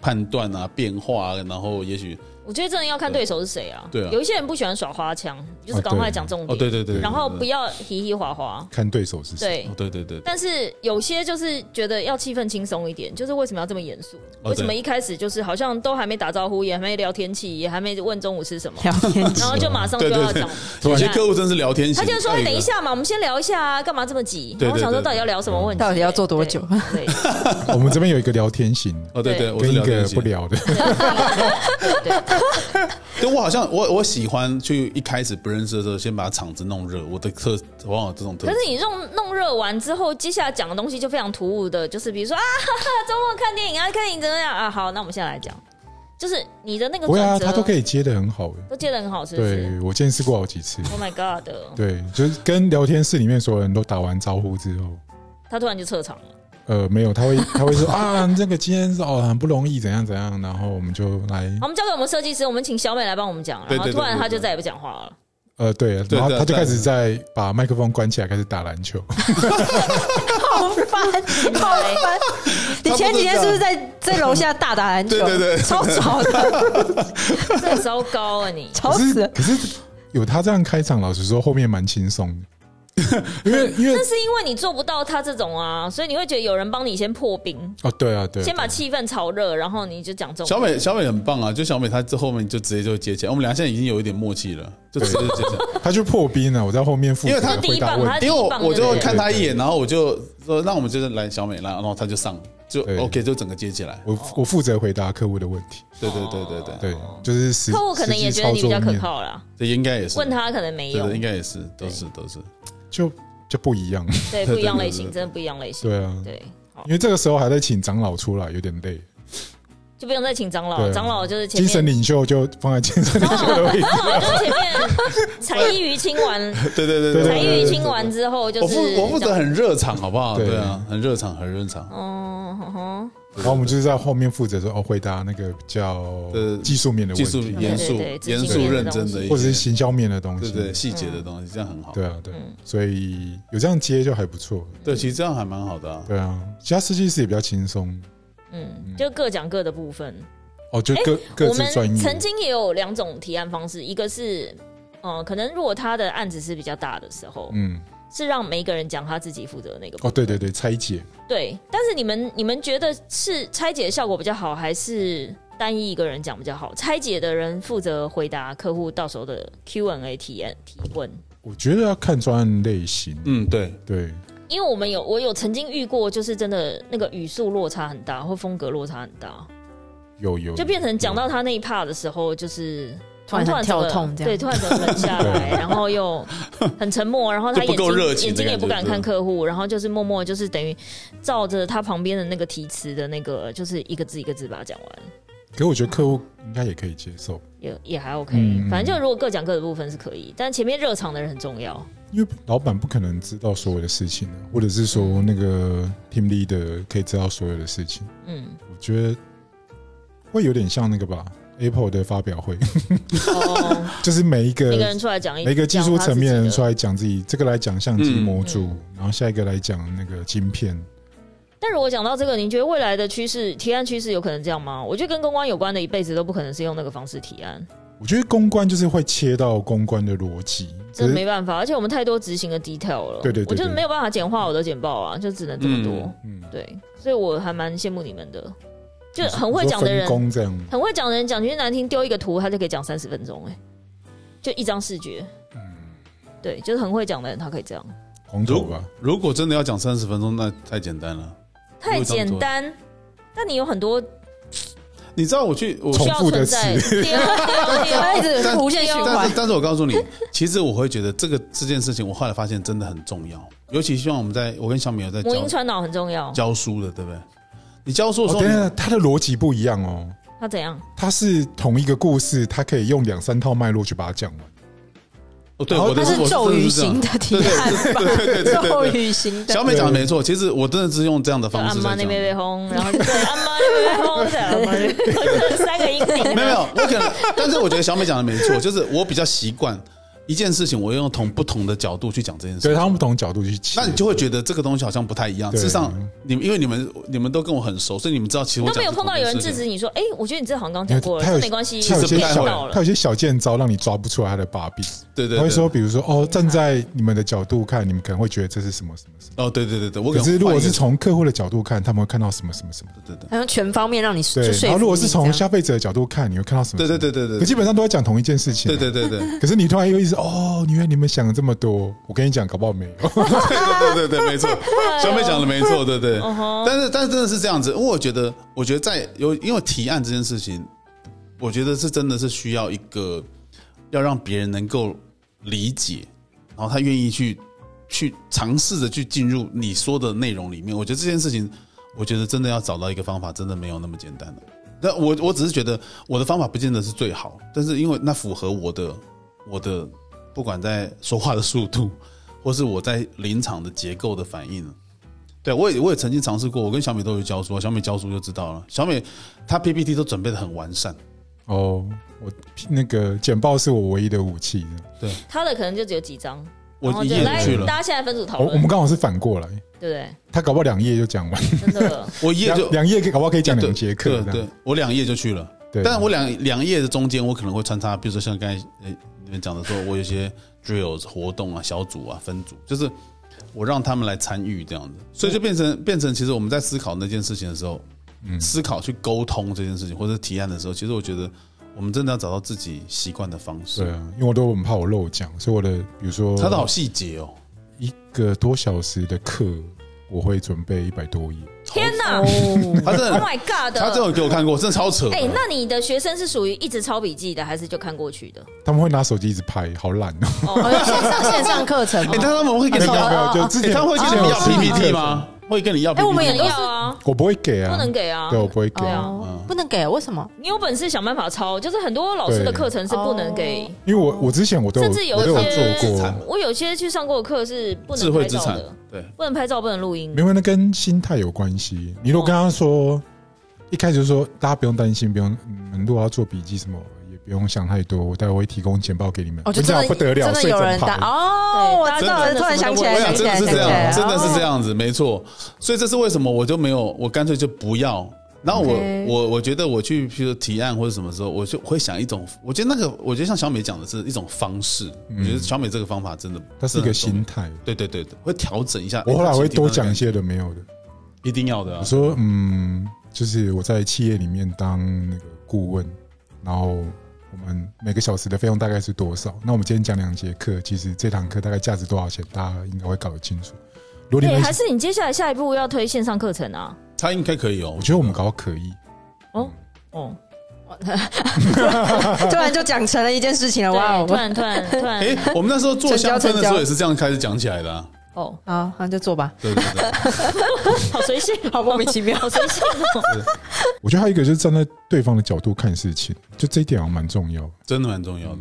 S2: 判断啊、变化、啊，然后也许
S4: 我觉得真的要看对手是谁啊。
S2: 对啊
S4: 有一些人不喜欢耍花枪，就是赶快讲重
S2: 哦，
S4: 点。
S2: 对对对，
S4: 然后不
S2: 要，
S4: 要嘻嘻滑滑。
S1: 看对手是谁。
S4: 对
S2: 哦，对对对，对
S4: 但是有些就是觉得要气氛轻松一点，就是为什么要这么严肃？
S2: 哦
S4: 为什么
S2: 对
S4: 一开始就是好像都还没打招呼，也还没聊天气，也还没问中午吃什么，
S3: 聊天机
S4: (laughs) 然后就马上就
S2: 对对
S4: 要
S2: 对
S4: 讲。
S2: 有些
S4: 提案
S2: 客户真是聊天型，
S4: 他就说：“
S2: 哎
S4: 等一，下嘛，我们先聊一下啊，干嘛这么急？”
S2: 对
S4: 然后
S2: 对
S4: 想说
S2: 对对
S4: 到底要聊什么问
S3: (laughs)
S4: 题，
S3: 到底要做多久
S4: 对，
S1: (laughs) 我们这边有一个聊天型，
S2: 哦，对对，
S4: 对
S2: (laughs) 我
S1: 跟
S2: 是
S1: 一
S2: 聊天
S1: 个
S2: 型
S1: 不，聊
S4: (laughs)
S1: 的，
S2: 对我好像我我喜欢去一开始不认识的时候，先把场子弄热，我的特往往这种特
S4: 可是你弄弄热完之后，接下来讲的东西就非常突兀的，就是比如说啊，哈哈，周末看电影啊，看电影怎么样啊？好，那我们现在来讲，就是你的那个
S1: 不会啊，
S4: 转折，
S1: 他都可以接的很好。
S4: 都接的很好，是不是
S1: 对我见识过好几次，
S4: ？Oh my god！
S1: 对，就是跟聊天室里面所有人都打完招呼之后，
S4: 他突然就撤场了，
S1: 呃，没有，他会 (laughs) 他会说啊，这个今天是哦很不容易，怎样怎样，然后我们就来
S4: 好，我们交给我们设计师，我们请小美来帮我们讲，啊
S2: 对
S4: 然后
S2: 对对
S4: 突然
S2: 对对
S4: 他就再也不讲话了。
S1: 呃对，
S2: 对
S1: 然后
S2: 对
S1: 他就
S2: 对
S1: 开始在把麦克风关起来，开始打篮球。
S3: 好烦，好
S2: (laughs)
S3: 烦！你前几天是不是在在楼下大打篮球？
S2: 对对对
S3: 超吵
S2: (laughs)
S3: 的，
S4: 这很糟糕啊你！
S3: 吵
S1: 可
S3: 死
S1: 是
S3: 了。
S1: 可是有他这样开场，老实说后面蛮轻松
S4: (laughs)
S1: 的，因为因为
S4: 那是因为你做不到他这种啊，所以你会觉得有人帮你先破冰，
S1: 哦对啊对啊，
S4: 先把气氛炒热，然后你就讲重
S2: 小
S4: 点。
S2: 美，小美很棒啊！就小美，她这后面就直接就接起来。我们俩现在已经有一点默契了，就直接就接
S4: (laughs)
S2: 起来。
S1: 他就破冰了，我在后面负
S2: 因
S1: 责
S2: 为他
S1: 回答
S4: 第一棒
S1: 问
S4: 他
S1: 题。
S2: 因为我我就
S4: 对
S2: 看她一眼，然后我就说：“那我们就是来小美啦。”然后她就上，就
S1: 对
S2: OK，就整个接起来。
S1: 我我负责回答客户的问题，
S2: 对对对对对，
S1: 对，就是实
S4: 哦客户可能也觉得你比较可，靠啦，
S2: 这应该也是
S4: 问，哦他可能没
S2: 对
S4: 有
S2: 对，，应该也是，都是都是。
S1: 实际操作面就就不一样，
S4: 对，
S2: 对
S4: 不一样
S2: 对
S4: 类
S2: 对
S4: 型，
S2: 对
S4: 真的不一样类型。
S1: 对啊，
S4: 对，好
S1: 因，为这个时候还在请长老出来，有点累，
S4: 就不用再请长老，
S1: 对啊
S4: 长老就是前
S1: 精神
S4: 面，
S1: 领袖就放在精神领袖的位置，
S4: 长老 (laughs) 就是前面才艺于清完，
S2: 对对对
S1: 对
S4: 才
S1: 对
S4: 艺于清完之后就
S2: 我
S4: 是
S2: 负我负责很热场，好不好？
S1: 对
S2: 对啊，很热场，很热场。
S4: 哦，哼哼
S1: 然后我们就是在后面负责说哦，回答那个比较
S2: 呃
S1: 技术面的问
S2: 技术
S1: 题，
S2: 严肃
S4: 对对、对
S2: 严
S4: 自
S2: 肃、
S4: 己
S2: 认真的一些，
S1: 或者是行销面的东
S2: 对
S1: 西，
S2: 对细节的东西，这样很好。
S1: 对啊，对
S4: 嗯，
S1: 所以有这样接就还不错，
S2: 对，其实这样还蛮好的啊。
S1: 对啊，其他设计师也比较轻松，
S4: 嗯，就各讲各的部分。
S1: 哦，就各各
S4: 我
S1: 自
S4: 们
S1: 专业，
S4: 曾经也有两种提案方式，一个是。呃，可能如果他的案子是比较大的时候，
S1: 嗯，
S4: 是让每一个人讲他自己负责的那个部
S1: 哦，
S4: 分。
S1: 对对对，拆解，
S4: 对，但是你们你们觉得是拆解效果比较好，还是单一一个人讲比较好？拆解的人负责回答客户到时候的 Q&A 提验提问，
S1: 我觉得要看专案类型，
S2: 嗯，对，
S1: 对，
S4: 因为我们有我有曾经遇过，就是真的那个语速落差很大，或风格落差很大，
S2: 嗯
S1: 有有，
S4: 就变成讲到他那一 part 的时候，就是。
S3: 突然很
S4: 整个
S3: 跳痛这样
S4: 对，突然整个冷
S2: (laughs)
S4: 下来，
S1: 对
S4: 然后又很沉默，然后他
S2: 就
S4: 眼
S2: 不够
S4: 睛
S2: 热情的
S4: 眼睛也不敢
S2: 感觉嗯
S4: 看
S2: 对
S4: 客户，然后就是默默就是等于照着他旁边的那个提词的那个，就是一个字一个字把它讲完。
S1: 可我觉得客户应该也可以接受，
S4: 也也还 OK，、
S1: 嗯
S4: 反正就如果各讲各的部分是可以，但前面热场的人很重要。
S1: 因为老板不可能知道所有的事情的，啊或者是说那个 team leader 可以知道所有的事情， (laughs)
S4: 嗯，
S1: 我觉得会有点像那个吧，Apple 的发表
S4: (laughs)
S1: 会，
S4: 哦，
S1: 就是每一个
S4: 每个人出来讲一，
S1: 每一个技术层面的人出
S4: 来。
S1: 来讲自己，这个来讲相机
S2: 嗯
S1: 模组，然后下一个来讲那个晶片，
S4: 但如果讲到这个，您觉得未来的趋势提案趋势有可能这样吗？我觉得跟公关有关的，一辈子都不可能是用那个方式提案。
S1: 我我觉得公关就是会切到公关的逻辑，
S4: 这
S1: 只是
S4: 没办法，而且我们太多执行的 detail 了，
S1: 对对对
S4: 我就是
S1: 对
S4: 没有办法简化我的简报啊，就只能这么多，
S1: 嗯，
S4: 对，所以我还蛮羡慕你们的，就很会
S1: 你说
S4: 讲的人
S1: 分，工这样，
S4: 很会讲的人讲句难听，丢一个图他就可以讲三十分钟，哎，就一张视觉，
S2: 嗯
S4: 对，就是很会讲的人，他可以这样，
S1: 红头
S2: 如
S1: 吧，
S2: 如果真的要讲三十分钟，那太简单了。
S4: 太简单。但你有很多
S2: 你知道我去我
S1: 重
S4: 需要
S1: 复的
S4: 存在，
S1: 词
S4: (laughs) 丢丢
S1: (laughs)
S3: 他一
S4: 丢，
S3: 直无限循
S2: 但
S3: 环
S2: 是，但是我告诉
S4: (laughs)
S2: 你，其实我会觉得这个这件事情，我后来发现真的很重要。尤其希望我们在，我跟小米有在
S4: 母婴
S2: 教
S4: 传导很重要。
S2: 教书的，对不对？你教书的
S1: 哦，
S2: 时候
S1: 等，等，他的逻辑不一样哦，
S4: 他怎样？
S1: 他是同一个故事，他可以用两三套脉络去把它讲完。
S2: 哦对，
S1: 哦
S2: 我的
S3: 它是
S2: 我
S3: 咒
S2: 真
S3: 语
S2: 的是这样
S3: 型的提案吧？咒语型
S2: 小
S3: 的，
S2: 美讲的没错，其实我真的是用这样的
S4: 就
S2: 方
S4: 阿
S2: 式
S4: 妈
S2: 在
S4: 那
S2: 讲。
S4: 边被轰，然后就对阿妈那边被轰，对阿妈
S1: (laughs)
S4: 那边，我这三个音
S2: 没有没
S4: 顶，
S2: 有，我可能，但是我觉得小美讲的没错，就是我比较习惯一件事情，我用同不同的角度去讲这件事
S1: 所以。他们不同角度去切
S2: 那，你就会觉得这个东西好像不太一样。
S1: 对
S2: 事实上，你们因为你们你们都跟我很熟，所以你们知道其实我讲
S4: 都没有
S2: 的是
S4: 碰到
S2: 同一
S4: 有
S2: 件
S4: 人
S2: 事
S4: 制
S2: 情
S4: 止你说，哎，我觉得你这好像刚讲过了，
S1: 他有
S4: 说没关系，
S1: 他有些
S4: 听
S1: 小
S4: 到
S1: 他
S4: 了
S1: 有，些小剑招让你抓不出来他的把柄。
S2: 对对，
S1: 他会
S2: 对
S1: 说，比如说哦，站在你们的角度看，你们可能会觉得这是什么什么什么。
S2: 哦，对对对对，我
S1: 可
S2: 能
S1: 是如果
S2: 换一
S1: 是
S2: 个
S1: 从客户的角度看，他们会看到什么什么什么。
S2: 对对
S3: 然后全方面让你就
S1: 对，
S3: 说
S1: 然后
S3: 服
S1: 如果是
S3: 你
S1: 从
S3: 这样
S1: 消费者的角度看，你会看到什么
S2: 对
S1: 什么
S2: 对对对对
S1: 可基本上都在讲同一件事情啊、
S2: 对对对对对
S1: 可是你突然又意识哦，原来你们想了这么多。我跟你讲，搞不好没有。
S2: 对对对，没错，小美讲的没错，对对。
S4: 哎嗯哼
S2: 但是但是真的是这样子，因为我觉得，我觉得在有因为提案这件事情，我觉得是真的是需要一个要让别人能够理解，然后他愿意去去尝试着去进入你说的内容里面。我觉得这件事情，我觉得真的要找到一个方法，真的没有那么简单的。那我我只是觉得我的方法不见得是最好，但是因为那符合我的我的不管在说话的速度，或是我在临场的结构的反应。对，我也我也曾经尝试过，我跟小美都有教书，小美教书就知道了。小美她 PPT 都准备的很完善，
S1: 哦，我那个简报是我唯一的武器。
S4: 他的可能就只有几张，
S2: 我
S4: 然后
S2: 一
S4: 就
S2: 页
S4: 来
S2: 就去了，
S4: 大家现在分组讨
S1: 我哦我们
S4: 论，
S1: 刚好是反过来，
S4: 对
S1: 他搞不好两页就讲完，
S4: 不对？真的，
S2: 我一页
S1: 两
S2: 就
S1: 两页可以搞不好可以讲两节课
S2: 对
S1: 这
S2: 对
S1: 样。，
S2: 我两页就去了。
S1: 对，
S2: 但我两两页的中间，我可能会穿插，比如说像刚才呃你们讲的说，我有一些 drills 活动啊、小组啊、分组，就是我让他们来参与这样子，所以就变成变成，其实我们在思考那件事情的时候，
S1: 嗯
S2: 思考去沟通这件事情或者提案的时候，其实我觉得我们真的要找到自己习惯的方
S1: 对
S2: 式。
S1: 啊，因为我都很怕我漏讲，所以我的比如说，
S2: 它的好细节哦，
S1: 一个多小时的课，我会准备一百多页。
S4: 天哪！Oh
S2: 他真
S4: (laughs)
S2: 的
S4: my god！
S2: 他真的有给我看过，真的超扯的。
S4: 哎、那你的学生是属于一直抄笔记的，还是就看过去的？
S1: 他们会拿手机一直拍，好懒
S3: (laughs)
S1: 哦。
S3: 哦
S4: 哦，
S3: 线上线上课程
S2: (laughs) 哎，但他们会给
S1: 没
S2: 你
S1: 有
S2: 要，
S1: 没
S2: 哎
S1: 有，就之前
S2: 他们会跟
S1: 之前有
S2: 你们要
S1: 私密课
S2: PPT
S1: 程
S2: 吗？？会跟你要 PPT？
S3: 哎我们也
S4: 不能
S3: 都是
S4: 要啊，
S1: 我不会给啊，
S4: 不能给啊
S1: 对，。我不会给
S4: 对。啊
S3: 哦，不能给为什么？
S4: 你有本事想办法抄，就是很多老师的
S1: 对
S4: 课程是不能给，
S1: 因为我我之前我都有
S4: 甚至有
S1: 我都有
S4: 一些
S1: 做过，
S4: 我有些去上过的课是不
S2: 智
S4: 能
S2: 慧
S4: 拍
S2: 资
S4: 照
S2: 产
S4: 的，，
S2: 对，
S4: 不能拍照，不能录音
S1: 没。有那跟心态有关系。你如果跟他说、一开始就说大家不用担心，不用你们如果要做笔记什么，也不用想太多，我待会会提供简报给你们。
S3: 哦，就
S1: 这
S3: 真
S1: 样
S3: 的
S1: 不得了，
S3: 真的
S1: 睡
S3: 有
S1: 整
S3: 人打
S1: 排。
S3: 哦，我知道
S4: 对
S3: 了，突然想起来，
S4: 哎
S2: 我想
S3: 想起
S2: 真的
S3: 来，
S2: 是这样，真
S3: 想起来，
S2: 的是这
S3: 哦。
S2: 样子，没错。所以这是为什么我就没有，我干脆就不要。然后我
S3: OK
S2: 我我觉得我去，譬如提案或者什么时候，我就会想一种，我觉得那个，我觉得像小美讲的是一种方式。我
S1: 嗯
S2: 觉得小美这个方法真的，
S1: 它是一个
S2: 真的很
S1: 心
S2: 重
S1: 态。
S2: 要，对对对对，会调整一下。
S1: 我后来
S2: 哎
S1: 会多讲一，
S2: 她
S1: 些有的没有的。
S2: 一定要的啊
S1: 我。说，嗯，就是我在企业里面当那个顾问，然后我们每个小时的费用大概是多少？那我们今天讲两节课，其实这堂课大概价值多少钱，大家应该会搞得清楚。如果你
S4: 哎、
S1: 们，
S4: 还是你接下来下一步要推线上课程啊？
S2: 她应该可以哦，
S1: 我觉得我们搞到可以，
S4: 哦，
S3: 突然就讲成了一件事情了，哇
S4: 对，突
S3: 哦！
S4: 然突然突
S2: (laughs)
S4: 然，
S2: 哎，我们那时候做
S3: 成交
S2: 香氛的时
S3: 成
S2: 候
S3: 交
S2: 也是这样开始讲起来的啊。
S4: 哦，
S3: 好，那就
S4: (laughs)
S3: 做吧，
S2: 对对对，
S4: 好随性，
S3: 好莫名其妙。
S4: 好随性哦。
S1: 我觉得还有一个就是站在对方的角度看事情，就这一点好像蛮重要的。
S2: 真的蛮重
S1: (laughs)
S2: 要的。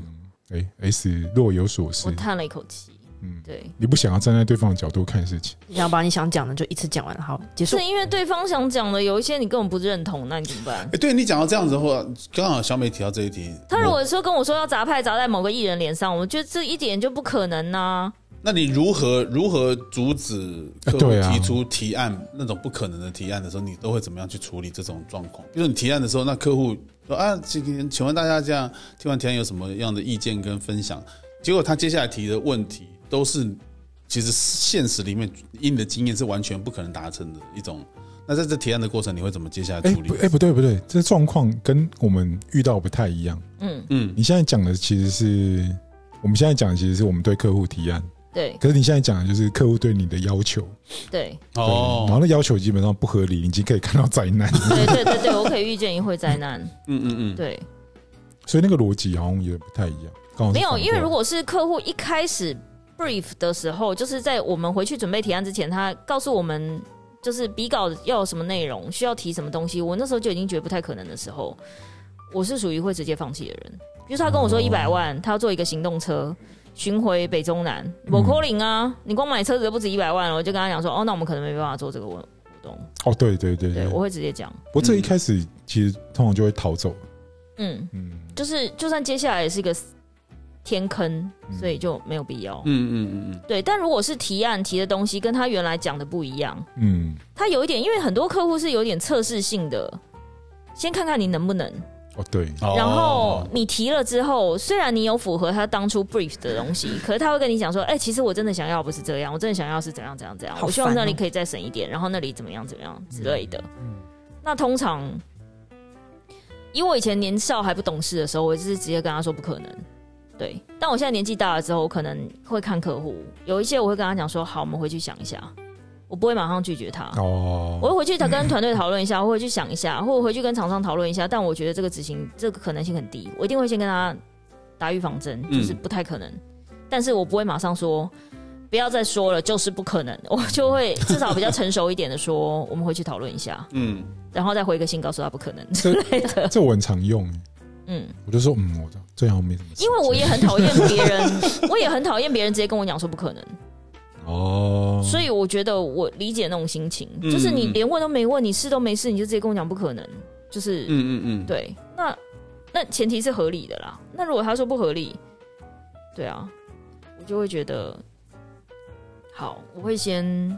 S1: 哎，S 若有所
S4: 我
S1: 思，
S4: 叹了一口气，
S1: 嗯，
S4: 对，
S1: 你不想要站在对方的角度看事情，
S3: 然后把你想讲的就一次讲完，好，结束
S4: 是。因为对方想讲的有一些你根本不认同，那你怎么办？
S2: 哎，对你讲到这样子的话，刚好小美提到这一题，
S4: 他如果说跟我说要砸派砸在某个艺人脸上，我觉得这一点就不可能呐、
S2: 那你如何如何阻止客户
S1: 对啊
S2: 提出提案、那种不可能的提案的时候，你都会怎么样去处理这种状况？比如说你提案的时候，那客户说啊，请请问大家这样听完提案有什么样的意见跟分享？结果他接下来提的问题都是其实现实里面以你的经验是完全不可能达成的一种。那在这提案的过程，你会怎么接下来
S1: 哎
S2: 处理
S1: 不？哎不对不对，这状况跟我们遇到不太一样。
S4: 嗯，
S2: 嗯，
S1: 你现在讲的其实是我们现在讲的其实是我们对客户提案，
S4: 对
S1: 可是你现在讲的就是客户对你的要求。
S4: 对
S1: 对然
S2: 哦，
S1: 后那要求基本上不合理，你已经可以看到灾难，
S4: 对对对对，我可以预见一会灾难。
S2: 嗯嗯嗯，
S4: 对，
S1: 所以那个逻辑好像有点不太一样。刚好是
S4: 没有，
S1: 反过来
S4: 因为如果是客户一开始 brief 的时候，就是在我们回去准备提案之前，他告诉我们就是比稿要有什么内容，需要提什么东西，我那时候就已经觉得不太可能的时候，我是属于会直接放弃的人。比如说他跟我说
S1: 哦
S4: 一百万，他要做一个行动车。巡回北中南，
S1: 嗯
S4: 我 calling 啊！你光买车子都不止一百万了，我就跟他讲说，哦，那我们可能没办法做这个活动。
S1: 哦，对对对
S4: 对，
S1: 对，
S4: 我
S1: 不
S4: 会直接讲，
S1: 过这一开始其实通常就会逃走，
S4: 嗯，
S1: 嗯，
S4: 就是就算接下来也是一个天坑，
S1: 嗯
S4: 所以就没有必要。
S2: 嗯嗯嗯嗯，
S4: 对，但如果是提案提的东西跟他原来讲的不一样，
S1: 嗯，
S4: 他有一点，因为很多客户是有点测试性的，先看看你能不能，
S1: 哦对，
S2: 哦
S4: 然后你提了之后，虽然你有符合他当初 brief 的东西，可是他会跟你讲说，哎、其实我真的想要不是这样，我真的想要是怎样怎样怎样，
S3: 好
S4: 我希望
S3: 烦哦
S4: 那里可以再省一点，然后那里怎么样怎么样之类的。
S1: 嗯
S4: 那通常，以我以前年少还不懂事的时候，我就是直接跟他说不可能。对，但我现在年纪大了之后，我可能会看客户，有一些我会跟他讲说，好，我们回去想一下，我不会马上拒绝他。我
S1: 哦，
S4: 会回去跟团队讨论一下，我会去想一下，或者回去跟厂商讨论一下。但我觉得这个执行这个可能性很低，我一定会先跟他打预防针，
S2: 嗯
S4: 就是不太可能。但是我不会马上说不要再说了，就是不可能。 (laughs) 我就会至少比较成熟一点的说，我们回去讨论一下，
S2: 嗯，
S4: 然后再回一个信告诉他不可能之
S1: 这
S4: 类的。
S1: 这我很常用，
S4: 嗯，
S1: 我就说嗯，我最好没什么事，
S4: 因为我也很讨厌别人，我也很讨厌别人直接跟我讲说不可能。
S1: 哦，
S4: 所以我觉得我理解那种心情，
S2: 嗯
S4: 就是你连问都没问，你试都没试，你就直接跟我讲不可能，就是
S2: 嗯嗯嗯，
S4: 对，那那前提是合理的啦。那如果他说不合理，对啊，我就会觉得好，我会先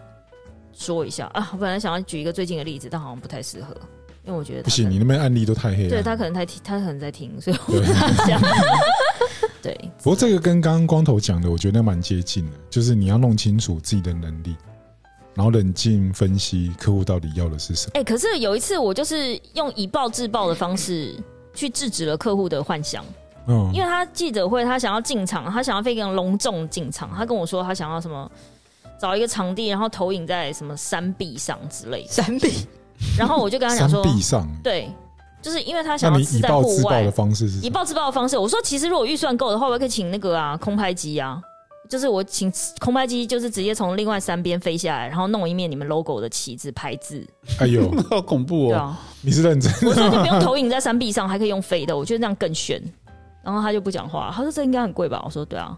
S4: 说一下啊。我本来想要举一个最近的例子，但好像不太适合，因为我觉得他
S1: 不行，
S4: 可能
S1: 你那边案例都太黑了，
S4: 对他可能在听，他可能在听，所以我
S1: 对
S4: 不太
S1: (laughs)
S4: 想。 (laughs) 对，
S1: 不过这个跟刚刚光头讲的，我觉得蛮接近的，就是你要弄清楚自己的能力，然后冷静分析客户到底要的是什么。
S4: 哎、可是有一次我就是用以暴制暴的方式去制止了客户的幻想。
S1: 嗯，
S4: 因为他记者会，他想要进场，他想要非常隆重进场。他跟我说，他想要什么，找一个场地，然后投影在什么山壁上之类的。
S3: 闪避，
S4: 然后我就跟他
S1: 山
S4: 讲说，
S1: 壁上，
S4: 对，就是因为他想
S1: 那
S4: 要
S1: 你
S4: 是
S1: 以
S4: 在
S1: 暴
S4: 户
S1: 制暴
S4: 外
S1: 的，方式是
S4: 以
S1: 什么？
S4: 暴制暴的方式。我说，其实如果预算够的话，我也可以请那个啊空拍机啊，就是我请空拍机，就是直接从另外山边飞下来，然后弄一面你们 logo 的旗子牌子，
S1: 哎
S4: (laughs)
S1: 呦，
S2: (laughs) 好恐怖
S4: 对
S2: 哦，
S4: 啊。
S1: 你是认真
S4: 我 (laughs) 说就不用投影在山壁上，还可以用飞的，我觉得那样更炫。然后他就不讲话，他说这应该很贵吧？我说对啊，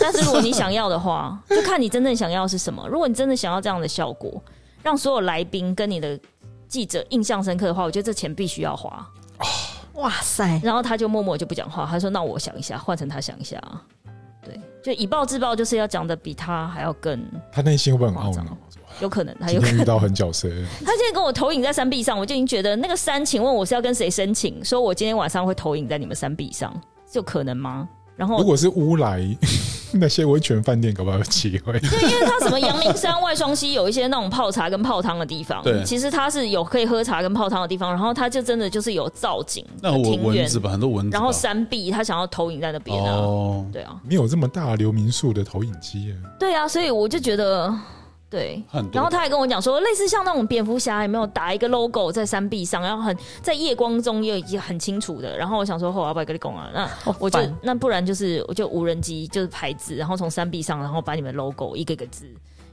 S4: 但是如果你想要的话， (laughs) 就看你真正想要是什么。如果你真的想要这样的效果，让所有来宾跟你的记者印象深刻的话，我觉得这钱必须要花。
S3: 哇塞，
S4: 然后他就默默就不讲话，他说那我想一下，换成他想一下啊。对，就以暴制暴，就是要讲的比他还要更
S1: 他内心会不会很
S4: 夸
S1: 懊
S4: 张
S1: 恼？，
S4: 有可能，他
S1: 今
S4: 有可能
S1: 天遇到很角色，
S4: 他现在跟我投影在山壁上，我就已经觉得那个山，请问我是要跟谁申请？说我今天晚上会投影在你们山壁上，这有可能吗？然后
S1: 如果是乌来 (laughs) 那些温泉饭店，搞不好有机会。
S4: (laughs) 他啊什么阳明山外双溪有一些那种泡茶跟泡汤的地方，
S2: 对
S4: 其实它是有可以喝茶跟泡汤的地方，然后它就真的就是有造景、
S2: 那
S4: 有
S2: 我
S4: 庭
S2: 蚊
S4: 园
S2: 子，吧，很多蚊子吧，
S4: 然后山壁，他想要投影在那边啊，
S2: 哦，
S4: 对啊，
S1: 你有这么大的流民宿的投影机耶，
S4: 对啊，所以我就觉得对，
S2: 很多，
S4: 然后他还跟我讲说，类似像那种蝙蝠侠有没有打一个 logo 在山壁上，然后很在夜光中也也很清楚的。然后我想说，后要不要跟你讲啊？那
S3: 好
S4: 我就
S2: 哎
S3: 烦
S4: 那不然就是我就无人机就是牌子，然后从山壁上，然后把你们 logo 一个一个字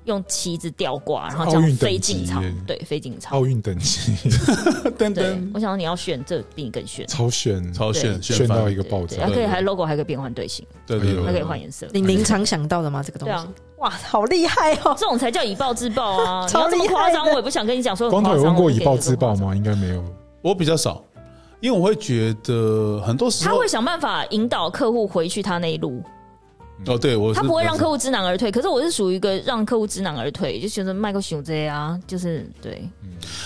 S4: 用旗子吊挂，然后这
S1: 奥
S4: 样
S1: 运等
S4: 飞进
S1: 级
S4: 场
S1: 耶，
S4: 对，飞进场。
S1: 奥运等级
S2: 噔
S4: 对
S2: 噔，，
S4: 我想说你要选，这比你更炫。
S1: 超炫，
S2: 超炫
S1: 炫
S2: 翻
S1: 到一个爆
S4: 对，
S1: 炸
S4: 还可以
S2: 对
S4: 还 logo 还可以变换队形，
S2: 对对
S1: 哎呦
S2: 对，
S4: 还可以换颜色。
S3: 你临场想到的吗？这个东
S4: 对啊
S3: 西，，哇，好厉害哦！
S4: 这种才叫以暴制
S3: (laughs)
S4: 暴啊！你
S3: 超
S4: 要这么
S3: 厉
S4: 夸
S3: 害
S4: 张，
S3: 的
S4: 我也不想跟你讲说很
S1: 光头
S4: 夸
S1: 有
S4: 张
S1: 问过以
S4: 我
S1: 暴
S4: 可以
S1: 制
S4: 更夸
S1: 暴
S4: 张
S1: 吗？应该没有。
S2: 我比较少，因为我会觉得很多时
S4: 他
S2: 候
S4: 会想办法引导客户回去他那一路，
S2: 哦，对我是
S4: 他不会让客
S2: 户
S4: 户知难而退，可是我是属于一个让客户知难而退，就觉得麦克熊这啊，就是对，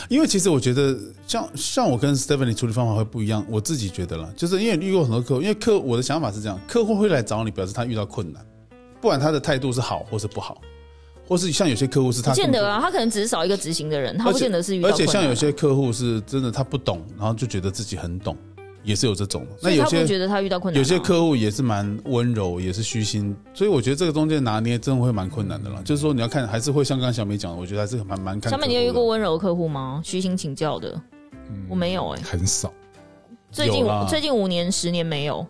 S2: 因为其实我觉得像像我跟 Stephanie 处理方法会不一样，我自己觉得啦，就是因为遇过很多客户，因为客我的想法是这样，客户会来找你，表示他遇到困难，不管他的态度是好或是不好，或是像有些客户是他
S4: 不见
S2: 根
S4: 得
S2: 本
S4: 啊，他可能只是少一个执行的人，他
S2: 而
S4: 不
S2: 且
S4: 见得是遇到
S2: 而且
S4: 困
S2: 像
S4: 难
S2: 有
S4: 啊
S2: 些客户是真的他不懂，然后就觉得自己很懂，也是有这种的。那
S4: 所以
S2: 有
S4: 他不
S2: 些
S4: 觉得他遇到困难啊，
S2: 有些客户也是蛮温柔，也是虚心，所以我觉得这个中间拿捏真的会蛮困难的啦。就是说你要看，还是会像刚刚小美讲的，我觉得还是蛮蛮看。
S4: 小美，你有遇过？温柔客户吗？虚心请教的，
S1: 嗯
S4: 我没有哎、
S1: 很少。
S4: 最近
S2: 有啦
S4: 最近五年、十年没有，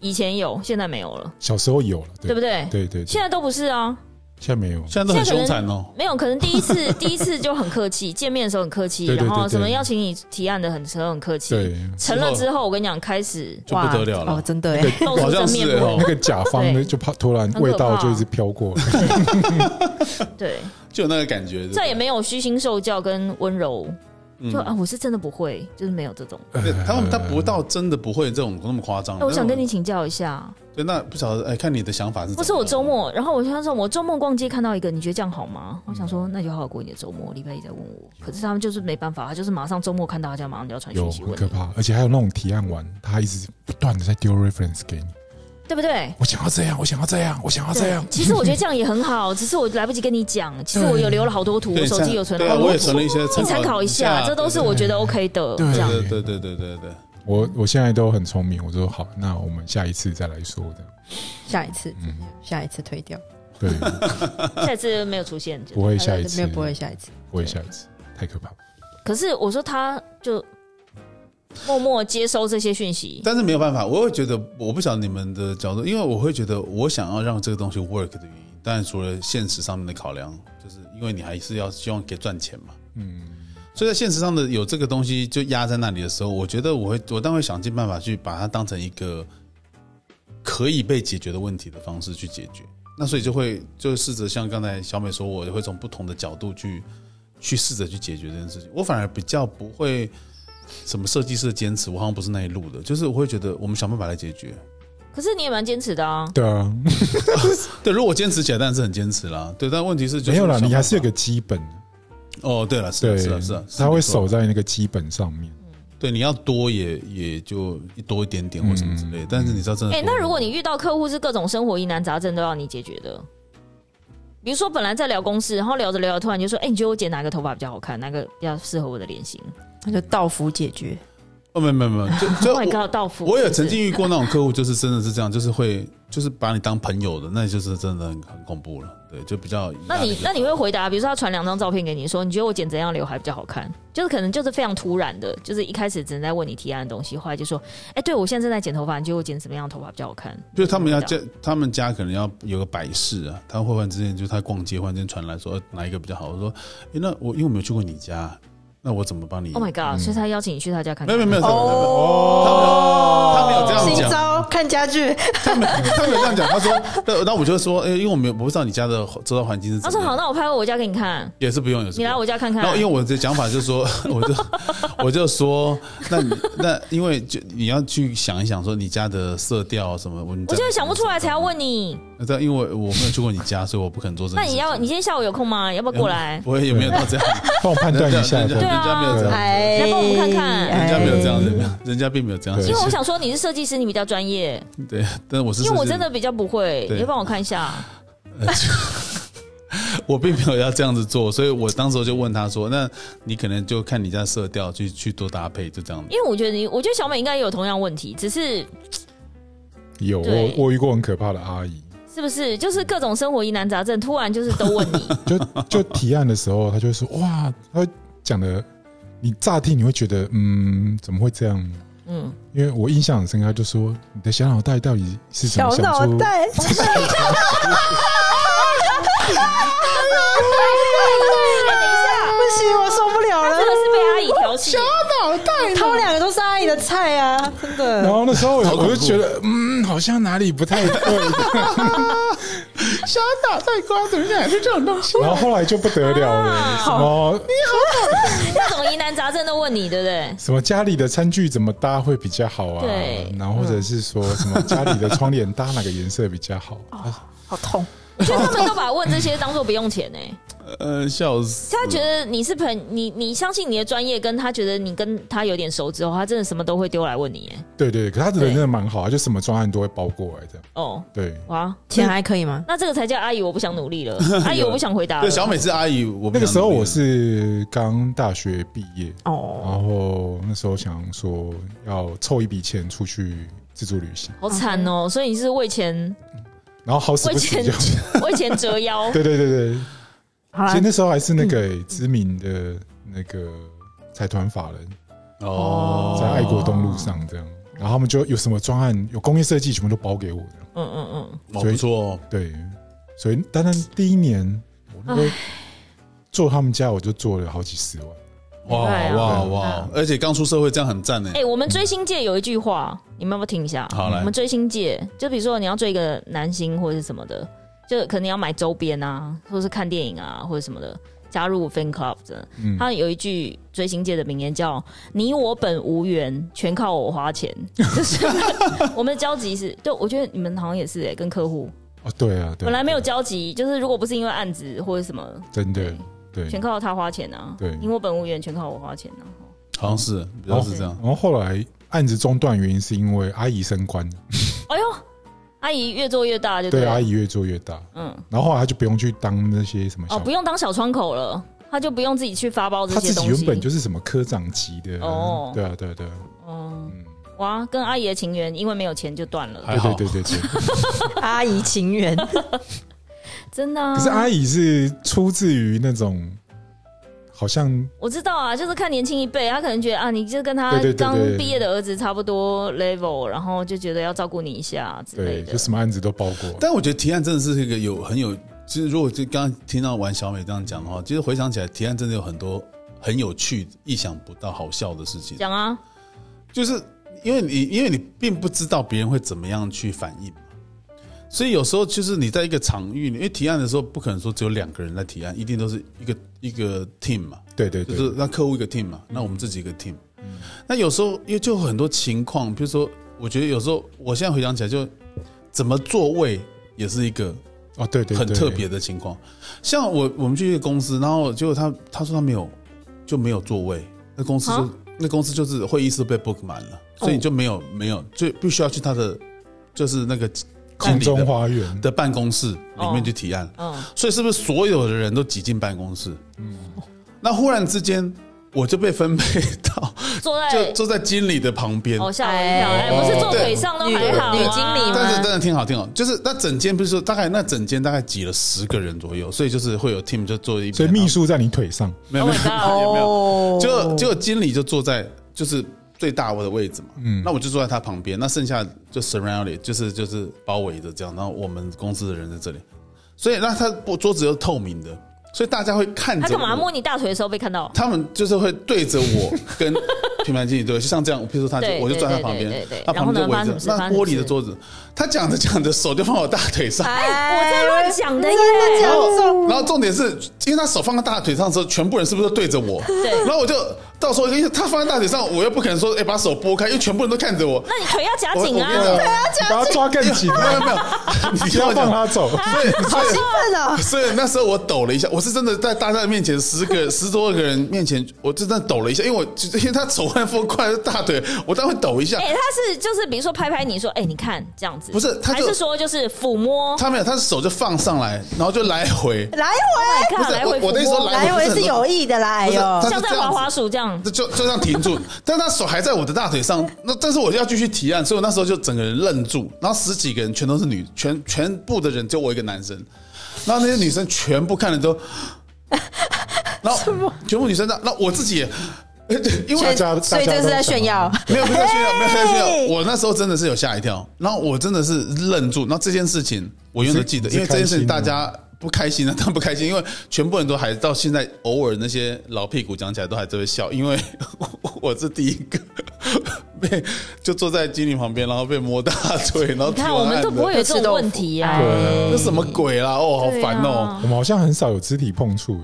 S4: 以前有，现在没有了，
S1: 小时候有了，
S4: 对
S1: 对
S4: 不对？
S1: 对对，对
S4: 现在都不是啊，
S1: 现在没有。
S2: 现在都很凶残哦。
S4: 没有，可能第一次 (laughs) 第一次就很客气，见面的时候很客气，
S1: 对对
S4: 然后
S1: 对对
S4: 什么要请你提案的很时候很客气，
S1: 对，
S4: 成了之后，我跟你讲，开始
S2: 就不得了
S3: 哦，
S2: 了，
S3: 真的哎，
S4: 露出真面
S2: 好像哦
S4: 目
S1: 那，个甲方呢
S4: 对
S1: 就怕突然味道就一直飘
S4: (laughs)
S1: 过来，
S4: 对，
S2: 就有那个感觉。
S4: 再也没有虚心受教跟温柔，
S2: 嗯
S4: 就啊，我是真的不会，就是没有这种。
S2: 对他们他不到真的不会这种那么夸张。
S4: 哎，我想跟你
S2: 那
S4: 请教一下，
S2: 种对，那不晓得哎，看你的想法是怎么样。
S4: 不是我周末，然后我想说，我周末逛街看到一个，你觉得这样好吗？我想说，那就好好啊过你的周末，礼拜一再问我。可是他们就是没办法，他就是马上周末看到，他就马上就要传
S1: 有
S4: 讯息
S1: 很
S4: 问
S1: 可
S4: 你，
S1: 怕，而且还有那种提案完，他还一直不断的在丢 reference 给你，
S4: 对不对？
S1: 我想要这样，我想要这样，我想
S2: 啊
S1: 要这样，
S4: 其实我觉得这样也很好，只是我来不及跟你讲。其实我有留了好多图，
S2: 对
S4: 我手
S2: 像
S4: 机有存
S2: 对
S4: 了
S2: 啊，
S4: 好
S2: 我
S4: 多
S2: 也存
S4: 图，
S2: 了一些
S4: 你
S2: 参考
S4: 参考一下，这都是我觉得 OK 的。这样
S2: 对对对对对对。
S1: (laughs) 我我现在都很聪明，我说好，那我们下一次再来说的。
S3: 下一次
S1: 嗯，
S3: 下一次推掉，
S4: (laughs)
S1: 对，
S4: 下次没有出现，就
S1: 不会下一次
S3: 没有，不会下一次，
S1: 不会下一次，太可怕。
S4: 可是我说他就默默接收这些讯息，
S2: 但是没有办法，我会觉得我不晓得你们的角度，因为我会觉得我想要让这个东西 work 的原因，当然除了现实上面的考量，就是因为你还是要希望给赚钱嘛。
S1: 嗯，
S2: 所以在现实上的有这个东西就压在那里的时候，我觉得我会我当然会想尽办法去把它当成一个可以被解决的问题的方式去解决。那所以就会就试着像刚才小美说，我会从不同的角度去去试着去解决这件事情。我反而比较不会什么设计师的坚持，我好像不是那一路的，就是我会觉得我们想办法来解决。
S4: 可是你也蛮坚持的啊。
S1: 对啊，
S2: 对，如果坚持起来，当然是很坚持啦。对，但问题是就是
S1: 没有啦，
S4: 啊
S2: 想办法
S1: 你还是有个基本，
S2: 哦，对了，是
S1: 对
S2: 啊，是啊，是啊，是啊
S1: 他会
S2: 没错
S1: 守在那个基本上面。
S2: 对，你要多也也就多一点点或什么之
S1: 嗯
S2: 类的，但是你知道真的多，
S4: 哎、那如果你遇到客户是各种生活疑难杂症都要你解决的，比如说本来在聊公事，然后聊着聊着突然就说，哎、你觉得我剪哪个头发比较好看，哪个比较适合我的脸型
S3: 那就到府解决，
S2: 哦，没没没，就就
S4: (laughs) ？Oh
S2: 我
S4: my god，道夫，
S2: 我也
S4: 是不是
S2: 曾经遇过那种客户，就是真的是这样，就是会就是把你当朋友的，那就是真的很很恐怖了。对，就比较
S4: 那你那你会回答，比如说他传两张照片给你说，你觉得我剪怎样刘海比较好看？就是可能就是非常突然的，就是一开始只能在问你提案的东西，后来就说，哎、对我现在正在剪头发，你觉得我剪什么样的头发比较好看？
S2: 就是他们要家他们家可能要有个摆饰啊，他会换之前就是他逛街忽然间传来说呃哪一个比较好，我说诶那我因为我没有去过你家，那我怎么帮你？
S4: ，Oh my god！、所以 Oh 他邀请你去他家看
S2: 嗯没
S4: 看，
S2: 有没有没有，
S3: 哦
S2: 他没有这样讲
S3: 新招看家具，
S2: 他没有他没有这样讲，他说，那那我就说，诶，因为我没有我不知道你家的周遭环境是
S4: 他
S2: 怎
S4: 说
S2: 么样
S4: 好，，那我拍我家给你看，
S2: 也是不用，也是不
S4: 你
S2: 用
S4: 来我家看看。
S2: 然后因为我的讲法就是说， (laughs) 我就我就说，那你那因为就你要去想一想，说你家的色调啊什么，我
S4: 我就是想不出来才要问你。
S2: 那这样因为我我没有去过你家，所以我不肯做这
S4: 那
S2: 件事
S4: 你
S2: 情。
S4: 要你今天下午有空吗？要不要过来？
S2: (laughs) 我也有没有到这样？
S1: 帮我判断一
S2: (laughs)
S1: 下
S2: 人，家
S4: 对啊
S1: 对
S2: 哦人家没有这样，
S3: 哎
S4: 来帮我们看看
S2: 人家没有这样，
S3: 哎
S2: 人家人家并没有这样。
S1: 对
S4: 因为我想说你是设计师，你比较专业，
S2: 对，但是我是
S4: 因为我
S2: 设计
S4: 真的比较不会，
S2: 对
S4: 你就帮我看一下。
S2: 我并没有要这样子做，所以我当时候就问他说，那你可能就看你家色调去去做搭配，就这样子。
S4: 因为我觉得你，我觉得小美应该也有同样问题，只是
S1: 有我
S4: 对
S1: 我遇过很可怕的阿姨，
S4: 是不是就是各种生活疑难杂症，突然就是都问
S2: (laughs)
S4: 你，
S1: 就就提案的时候，他就会说哇，他讲的你乍听你会觉得嗯，怎么会这样？
S4: 嗯，
S1: 因为我印象很深刻，他就说你的小脑袋到底是怎么
S3: 小
S1: 想
S3: 脑
S1: 出
S3: 袋，不行，我受不了了
S4: 真的。是被阿姨挑
S2: 哦
S4: 起，
S2: 啊
S3: 他们两个都是阿姨的菜啊，真
S1: 然
S3: 的。
S1: 后那时候
S2: 好
S1: 我
S2: 恐怖
S1: 我就觉得，嗯，好像哪里不太对。
S2: (laughs) 小打带瓜，怎么讲是这种东西？啊
S1: 然后后来就不得了了，什么
S4: 那种疑难杂症都问你，对不
S2: (laughs)
S4: 对？
S1: 什么家里的餐具怎么搭会比较好啊？
S4: 对
S1: 然后或者是
S2: 嗯
S1: 说什么家里的窗帘搭哪个颜色比较好？
S3: 好痛。
S2: 哦
S4: 我觉得他们都把问这些当做不用钱呢、欸
S2: 呃，笑死！
S4: 他觉得你是朋，你你相信你的专业，跟他觉得你跟他有点熟之后，他真的什么都会丢来问你、欸耶
S1: 对对对，可他的人真的蛮好啊，就什么专案都会包过来的。
S4: 哦，
S1: 对，
S4: 哇，
S3: 钱还可以吗？
S4: 那这个才叫阿姨，我不想努
S2: (laughs)
S4: 力了，阿姨我不想回答了
S2: 啊对，。小美是阿姨，我不
S1: 那个
S2: 想
S1: 时候
S2: 努力
S1: 我是刚大学毕业，
S3: 哦，
S1: 然后那时候想说要凑一笔钱出去自助旅行，
S4: 好惨哦！所以你是为钱
S1: 然后好死
S4: 为
S1: 不死
S4: 钱
S1: 就，，
S4: (laughs) 为钱折
S1: (laughs)
S4: 腰
S2: (laughs)
S1: 对对对对，
S3: 好
S1: 其
S3: 啦
S1: 实，那时候还是那个、知名的那个财团法人，
S2: 哦，
S1: 在爱国东路上这样，然后他们就有什么专案，有工业设计全部都包给我这样，
S4: 嗯嗯嗯，
S2: 哦不错哦，
S1: 对，所以单单第一年我那个做他们家我就做了好几十万，
S2: 哇
S4: 厉害哦
S2: 哇
S1: 对
S2: 哇！而且刚出社会，这样很赞呢
S4: 哎、。我们追星界有一句话，你们要不要听一下？
S2: 好来
S4: 我
S1: 哎
S4: 们追星界，就比如说你要追一个男星或者是什么的，就可能要买周边啊，或者是看电影啊，或者什么的，加入 fan club 的。
S1: 嗯，
S4: 他有一句追星界的名言叫“你我本无缘，全靠我
S1: (laughs)
S4: 花钱”，就是我们的交集是，对我觉得你们好像也是哎、跟客户
S1: 哦对啊，对，
S4: 本来没有
S1: 对
S4: 交集，就是如果不是因为案子或者什么，
S1: 真的对，
S4: 全靠他花钱啊，
S1: 对
S4: 你我本无缘，全靠我花钱啊。
S2: 好像是，比较是这样。
S1: 然后后来案子中断原因是因为阿姨升官了，
S4: 哎呦，阿姨越做越大就
S1: 对
S4: 了
S1: 阿姨越做越大，
S4: 嗯。
S1: 然后后来他就不用去当那些什么小
S4: 哦，不用当小窗口了，他就不用自己去发包这
S1: 他
S4: 些
S1: 自
S4: 东
S1: 己
S4: 西。
S1: 原本就是什么科长级的，
S4: 哦
S1: 对啊，对啊，对啊，
S4: 嗯，
S1: 嗯，
S4: 哇，跟阿姨的情缘因为没有钱就断了，
S2: 还好
S1: 对对对对
S4: (laughs)
S1: 对。
S3: 阿姨
S2: (laughs)
S3: 情缘，
S4: 真的、啊。
S1: 可是阿姨是出自于那种，好像
S4: 我知道啊，就是看年轻一辈，他可能觉得啊，你就跟他
S1: 对对对对
S4: 刚毕业的儿子差不多 level，然后就觉得要照顾你一下之类
S1: 对，
S4: 的
S1: 就。什么案子都包过，
S2: 但我觉得提案真的是一个有很有，其实如果就刚刚听到玩小美这样讲的话，其实回想起来，提案真的有很多很有趣、意想不到、好笑的事情。
S4: 讲啊，
S2: 就是因为你，因为你并不知道别人会怎么样去反应嘛，所以有时候就是你在一个场域，因为提案的时候不可能说只有两个人在提案，一定都是一个一个 team 嘛，
S1: 对对
S2: 就
S1: 对，
S2: 是那客户一个 team 嘛，那我们自己一个 team。那有时候因为就有很多情况，比如说，我觉得有时候我现在回想起来就，怎么座位也是一个
S1: 哦，对对，
S2: 很
S1: 对
S2: 特别，的情况。像我我们去一个公司，然后结果他他说他没有就没有座位，那公司就
S4: 啊哦
S2: 那公司就是会议室被 book 满了，所以你就没有没有就必须要去他的就是那个
S1: 空
S2: 经理
S1: 中
S2: 的
S1: 花园，
S2: 的办公室里面去提案，
S4: 嗯，
S2: 所以是不是所有的人都挤进办公室？嗯，那忽然之间我就被分配到
S4: 坐
S2: 就
S4: 在
S2: 坐在经理的旁边，
S4: 哎哦吓我一跳，哎、
S3: 哎
S4: 不是坐
S2: 对
S4: 腿上都还好、啊、
S3: 女女经理吗
S2: 但是真的挺好，挺好。就是那整间不是说大概那整间大概挤了十个人左右，所以就是会有 team 就坐一边，
S1: 所以秘书在你腿上，
S2: 然后没有
S4: Oh my
S2: 没
S4: god
S2: 有也没有，
S3: 哦，
S2: 结果结果经理就坐在就是最大我的位置嘛，
S1: 嗯
S2: 那我就坐在他旁边，那剩下就 surrounded 就是就是包围着这样，然后我们公司的人在这里，所以那他不桌子又透明的，所以大家会看着
S4: 他干嘛
S2: 我
S4: 摸你大腿的时候被看到？
S2: 他们就是会对着
S4: (laughs)
S2: 我跟品牌经理对，就像这样，譬如说他就
S4: 对
S2: 我就
S4: 对
S2: 坐在他
S4: 对
S2: 旁
S4: 对
S2: 边
S4: 对对，
S2: 他旁边就围
S4: 然后呢发生
S2: 着
S4: 什么事发
S2: 那
S4: 生什
S2: 玻
S4: 么
S2: 璃的
S4: 事
S2: 桌子，他讲着讲着手就放我大腿上，
S3: 哎，
S4: 我在乱讲的耶，
S2: 然后，然后重点是，因为他手放在大腿上的时候，全部人是不是都对着我？
S4: 对
S2: 然后我就到时候，因为他放在大腿上，我又不可能说，哎，把手拨开，因为全部人都看着我。
S4: 那你腿要夹
S2: 我
S4: 紧啊！
S2: 我没有
S1: 你把他抓更紧，啊
S2: 没 (laughs) 有没有，你
S1: 不
S2: 听
S1: 要
S2: 我
S1: 放
S2: 讲。
S1: 他走，
S2: 所以，所以，
S3: 真的
S2: 所以那时候我抖了一下，我是真的在大家的面前，十个十多个人面前，我真的抖了一下，因为我就因为他手腕放快大腿，我当然会抖一下
S4: 哎、。他是就是比如说拍拍你说，哎、你看这样子，
S2: 不是他
S4: 还
S2: 就是
S4: 说就是抚摸，
S2: 他没有，他的手就放上来，然后就来回。
S5: 来回
S4: Oh my god，
S2: 不是
S4: 来回
S2: 我我那
S4: 抚
S2: 时候
S4: 摸，
S2: 来
S5: 来
S2: 回
S5: 回
S2: 是
S5: 是有意的啦，哎
S2: 不是
S5: 呦
S2: 他，
S4: 像
S2: 是
S4: 在
S2: 这样
S4: 滑
S2: 子
S4: 滑鼠这样。
S2: 就就这样
S5: (laughs)
S2: 停住，但他手还在我的大腿上，那但是我要继续提案，所以我那时候就整个人愣住，然后十几个人全都是女，全全部的人就我一个男生，然后那些女生全部看
S5: (laughs)
S2: 了都，然后全部女生那那我自己也， (laughs) 哎对因为
S1: 大家
S5: 所以
S1: 大家
S5: 这
S1: 都
S5: 是在
S1: 想
S5: 炫耀。
S2: 没有不啊在炫耀，没有在炫
S5: 嘿
S2: 耀，我那时候真的是有吓一跳，然后我真的是愣住，然后这件事情我永远都记得，
S1: 你是
S2: 因为这件事
S1: 你是开心
S2: 情
S1: 的
S2: 大家。不开心啊，当然不开心，因为全部人都还到现在， (laughs) 偶尔那些老屁股讲起来都还在会笑，因为我是第一个就坐在经理旁边，然后被摸大腿，然后
S4: 你看
S2: 提完
S4: 我们
S2: 案
S4: 都
S2: 子
S4: 不会有这种问题呀、
S1: 对啊
S2: 这什么鬼啦？哦，好
S4: 对啊
S2: 烦哦。！
S1: 我们好像很少有肢体碰触，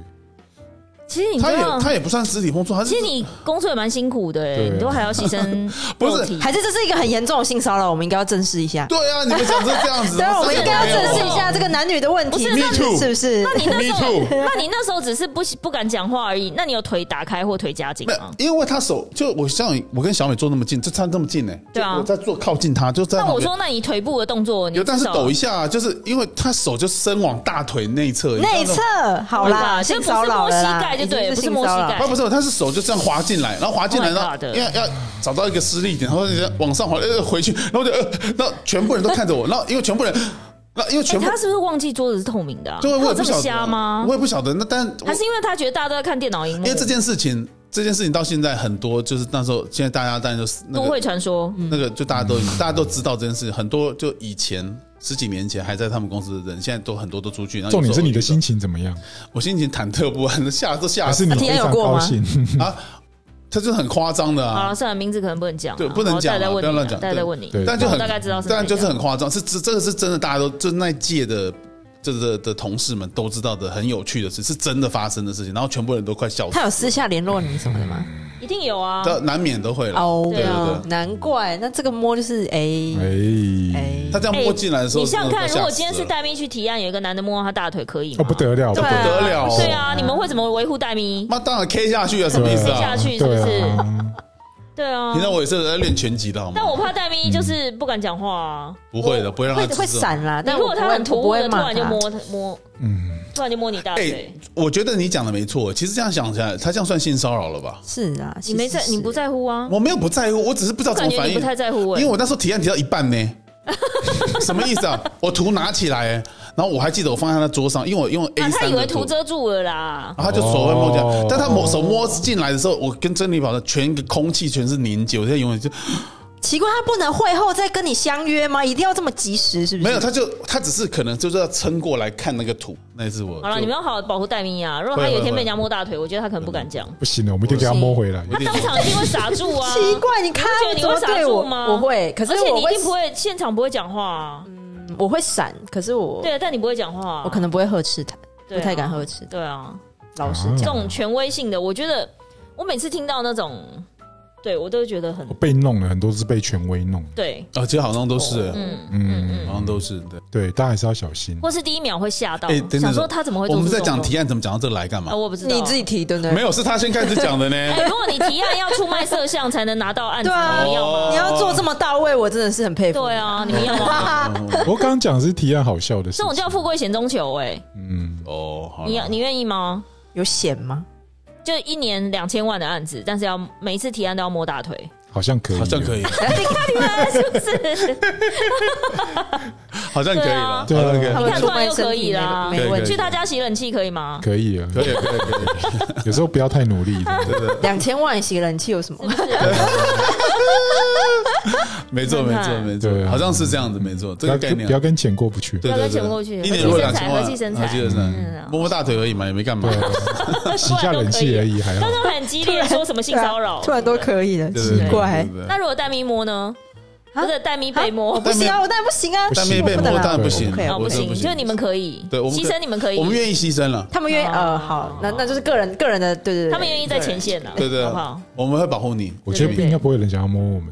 S4: 其实你
S2: 他
S4: 知
S2: 也
S4: 道，
S2: 他也不算肢体碰触，他是
S4: 其实你工作也蛮辛苦的、
S1: 对
S4: 欸，
S1: 啊
S4: 你都还要牺牲
S2: 不是
S4: 肉体
S3: 还是这是一个很严重的性骚扰，我们应该要正视一下。
S2: 对啊，你们讲成这样
S4: (laughs)
S2: 子，
S3: 对，啊我们应该
S2: 啊
S3: 要正视一下这个男女的问题，
S2: 不是那你
S3: 是不是？
S4: 那你那时候
S2: Me too，
S4: (laughs) 那你那时候只是不不敢讲话而已。那你有腿打开或腿夹紧
S2: 没有
S4: 吗？，
S2: 因为他手就我像我跟小美坐那么近，就差这么近呢、
S4: 对啊
S2: 就我在坐靠近他，就在
S4: 那
S2: 旁
S4: 我
S2: 边
S4: 说，那你腿部的动作，你
S2: 有，但是
S4: 至少
S2: 抖一下、啊就是因为他手就伸往大腿内侧，
S3: 内侧好啦，
S4: 就
S3: 性
S4: 不是
S3: 骚扰
S4: 摸
S3: 了
S4: 膝
S3: 啦
S4: 盖就
S3: 已经
S4: 对，不是
S3: 性
S4: 摸膝
S3: 骚扰
S4: 盖
S2: 啊，，不是，他是手就这样滑进来，然后滑进来，
S4: Oh my
S2: 然后
S4: God
S2: 因为要找到一个施力点，然后人家往上滑，呃，回去， (laughs) 然后就，呃，那全部人都看着我，然后因为全部人，那因为
S4: 哎
S2: 全部，
S4: 他是不是忘记桌子是透明的、啊？
S2: 对，我
S4: 他
S2: 也
S4: 有
S2: 不
S4: 这么
S2: 晓
S4: 瞎
S2: 得
S4: 吗
S2: 我？也不晓得，那但我
S4: 还是因为他觉得大家都在看电脑荧幕
S2: 因为，这件事情，这件事情到现在很多，就是那时候，现在大家当然就是那
S4: 都
S2: 个
S4: 会传说。
S2: 那个就大家都大家都知道这件事，很多就以前十几年前还在他们公司的人，现在都很多都出去。然后
S1: 重点是你的心
S2: 情，
S1: 情怎么样，
S2: 我心情忐忑不安，吓都吓
S1: 还是
S2: 死
S1: 你
S3: 那体验
S1: 非
S3: 有
S1: 常
S3: 过吗
S1: 高兴？
S4: 嗯
S2: 啊！他就是很夸张的
S4: 好
S2: 啊
S4: 了，，算了，名字可能不能讲啊，
S2: 对不能讲啊
S4: 我待会
S2: 不要
S4: 问
S2: 乱
S4: 你啊，
S2: 讲
S4: 待会
S2: 对
S4: 问你。
S1: 对
S2: 但就
S4: 我
S2: 很
S4: 大概知道是哪一家，
S2: 但就是很夸张，是这这个是真的，大家都就那一届的。这的的同事们都知道的很有趣的事，是真的发生的事情，然后全部人都快笑死
S3: 他，有私下联络你什么的吗？
S4: 一定有啊。
S2: 但难免都会了。
S3: 哦
S4: 对
S2: 啊，
S3: 难怪那这个摸就是哎
S1: 哎，
S3: 哎，
S2: 他这样
S4: 哎
S2: 摸进来的时候，
S4: 你想想
S2: 真的快
S4: 看，
S2: 吓
S4: 如果今天
S2: 死
S4: 是
S2: 了
S4: 戴咪去提案，有一个男的摸他大腿，可以吗？
S1: 哦不得了，不
S3: 对
S1: 得
S3: 啊
S1: 了
S2: 不得了哦
S4: 对啊，你们会怎么维护戴咪？
S2: 妈当然 K 下去啊，什么意思
S1: 对
S4: 下
S2: 啊？
S4: 去是不是
S1: 对啊
S4: 对啊
S2: 平，常我也是在练拳击的，好吗
S4: 但？我怕戴咪就是不敢讲话啊。
S2: 不会的，不会让他
S3: 会
S2: 知道啊
S3: 会闪啦，
S4: 但
S3: 但
S4: 如
S3: 嗯
S4: 果
S3: 我不
S4: 他
S3: 会
S4: 很突
S3: 我不
S4: 兀
S3: 会
S4: 的突
S3: 骂
S4: 然就
S3: 他
S4: 摸他摸，
S1: 嗯，
S4: 突然就摸你大
S2: 哎、
S4: 腿，
S2: 我觉得你讲的没错。其实这样想起来，他这样算性骚扰了吧？
S3: 是啊，
S4: 你没在，
S3: 其实是
S4: 你不，在乎啊？
S2: 我没有不在乎，我只是不知道
S4: 我
S2: 怎
S4: 感
S2: 么
S4: 觉
S2: 反
S4: 你
S2: 应，
S4: 不太在乎哎
S2: 因为。我那时候提案提到一半呢。
S4: (laughs)
S2: 什么意思啊？我图拿起来、然后我还记得我放在他桌上，因为我用 A
S4: 啊，
S2: 三、
S4: 他以为图遮住了啦。
S2: 然后他就手会摸这样，
S1: 哦
S2: 但他摸手摸进来的时候，我跟珍妮宝的全个空气全是凝结，我现在永远就
S3: 奇怪，他不能会后再跟你相约吗？一定要这么及时，是不是？
S2: 没有，他就他只是可能就是要撑过来看那个图，那是我
S4: 好了，
S2: 就
S4: 你们要好好保护戴咪啊！如果他有一天被人家摸大腿，我觉得他可能
S2: 嗯
S4: 不敢讲，
S1: 不行了，我们一定给他摸回来。
S4: 他当场一定会傻住
S3: (laughs)
S4: 啊！
S3: 奇怪，你看
S4: 觉得你
S3: 怎
S4: 会
S3: 么对我
S4: 傻住吗
S3: 我会，可是
S4: 而且
S3: 我
S4: 你一定不
S3: 会，
S4: 会现场不会讲话啊。
S3: 我会闪，可是我
S4: 对，但你不会讲话啊，
S3: 我可能不会呵斥他，
S4: 对
S3: 不
S4: 啊
S3: 太敢呵斥他。
S4: 对啊，
S3: 老实
S2: 嗯
S1: 啊
S4: 这
S3: 讲，
S4: 种权威性的，我觉得我每次听到那种，对我都觉得很
S1: 我被弄了，很多是被权威弄。
S4: 对，
S2: 啊，其实好像都是，
S4: 嗯，
S1: 嗯，
S2: 好像都是对。
S1: 对，大家还是要小心。
S4: 或是第一秒会吓到
S2: 哎等，等
S4: 想说他怎么会
S2: 我
S4: 做出
S2: 们
S4: 这
S2: 在
S4: 种动作？
S2: 讲提案，怎么讲到这来干嘛
S4: 啊，？我不知道，
S3: 你自己提对不对？
S2: 没有，是他先开始讲的呢
S4: (laughs) 哎。如果你提案要出卖色相才能拿到案子，
S3: 对啊
S4: 你们要吗？
S3: 你要做这么到位，我真的是很佩服。
S4: 对，啊，你们要
S2: (laughs)
S4: 吗？
S1: 我刚刚讲的是提案好笑的事
S4: 这
S1: 情
S4: 种，叫富贵险中求，哎，
S1: 嗯，
S2: 哦，好啦
S4: 你要你愿意吗？
S3: (laughs) 有险吗？
S4: 就一年两千万的案子，但是要每一次提案都要摸大
S2: (laughs)
S4: 腿，
S1: 好像可以，啊
S2: 好像可
S1: 以，
S2: 以，
S4: 你看你们是不是？
S2: 好像可以了，
S1: 对啊对啊
S2: 好像可以了，
S3: 他们
S4: 看
S3: 出
S4: 突然
S3: 卖
S4: 又
S3: 身
S4: 可以
S3: 体
S4: 啦
S3: 没没问
S2: 可以
S3: 题
S4: 去。他家洗冷气可以吗？
S1: 可以啊。
S2: 可以，可以，可以，
S1: 有时候不要太努力，真
S2: (laughs)
S1: 的
S3: 两千万洗冷气有什么？
S2: 没错，没错，
S1: 对
S2: 没错，
S1: 啊
S2: 好像是这样子，没错，
S1: 不
S2: 这
S1: 要
S2: 个概
S1: 跟
S2: 念啊
S1: 不，要跟钱过不去。
S2: 对
S4: 不
S2: 对
S4: 要再钱
S2: 对
S4: 过去
S2: 一年如果两千万，
S4: 和气生财
S2: 和气生财
S4: 嗯
S2: 摸摸大腿而已嘛，也没干嘛，
S1: 啊洗一下冷气而已，还好
S4: 刚。刚很激烈，说什么性骚扰，
S3: (laughs) 突然都可以了，
S2: 对
S3: 奇
S2: 对对
S3: 怪
S2: 对。对
S4: 那如果戴咪摸呢？
S3: 啊
S4: 或者戴咪被摸
S3: 我，不行啊，我当然不行啊，
S1: 不
S2: 但
S1: 行
S2: 没被摸
S3: 我不能啊
S2: 当然不行
S3: 我不可以，
S4: 哦
S2: 我
S4: 不
S2: 真的
S4: 行，
S2: 不
S4: 就是你们可以，
S2: 对我们
S4: 牺
S2: 可
S4: 牲你们可以，
S2: 我们愿意牺牲了，
S3: 他们愿意
S4: 哦
S3: 呃，好，那那就是个人个人的，对对对，
S4: 他们愿意在前线呢，
S2: 对对
S4: 好不好？，
S2: 我们会保护
S4: (laughs)
S2: 你，
S1: 我觉得应该不会有人想要摸我们，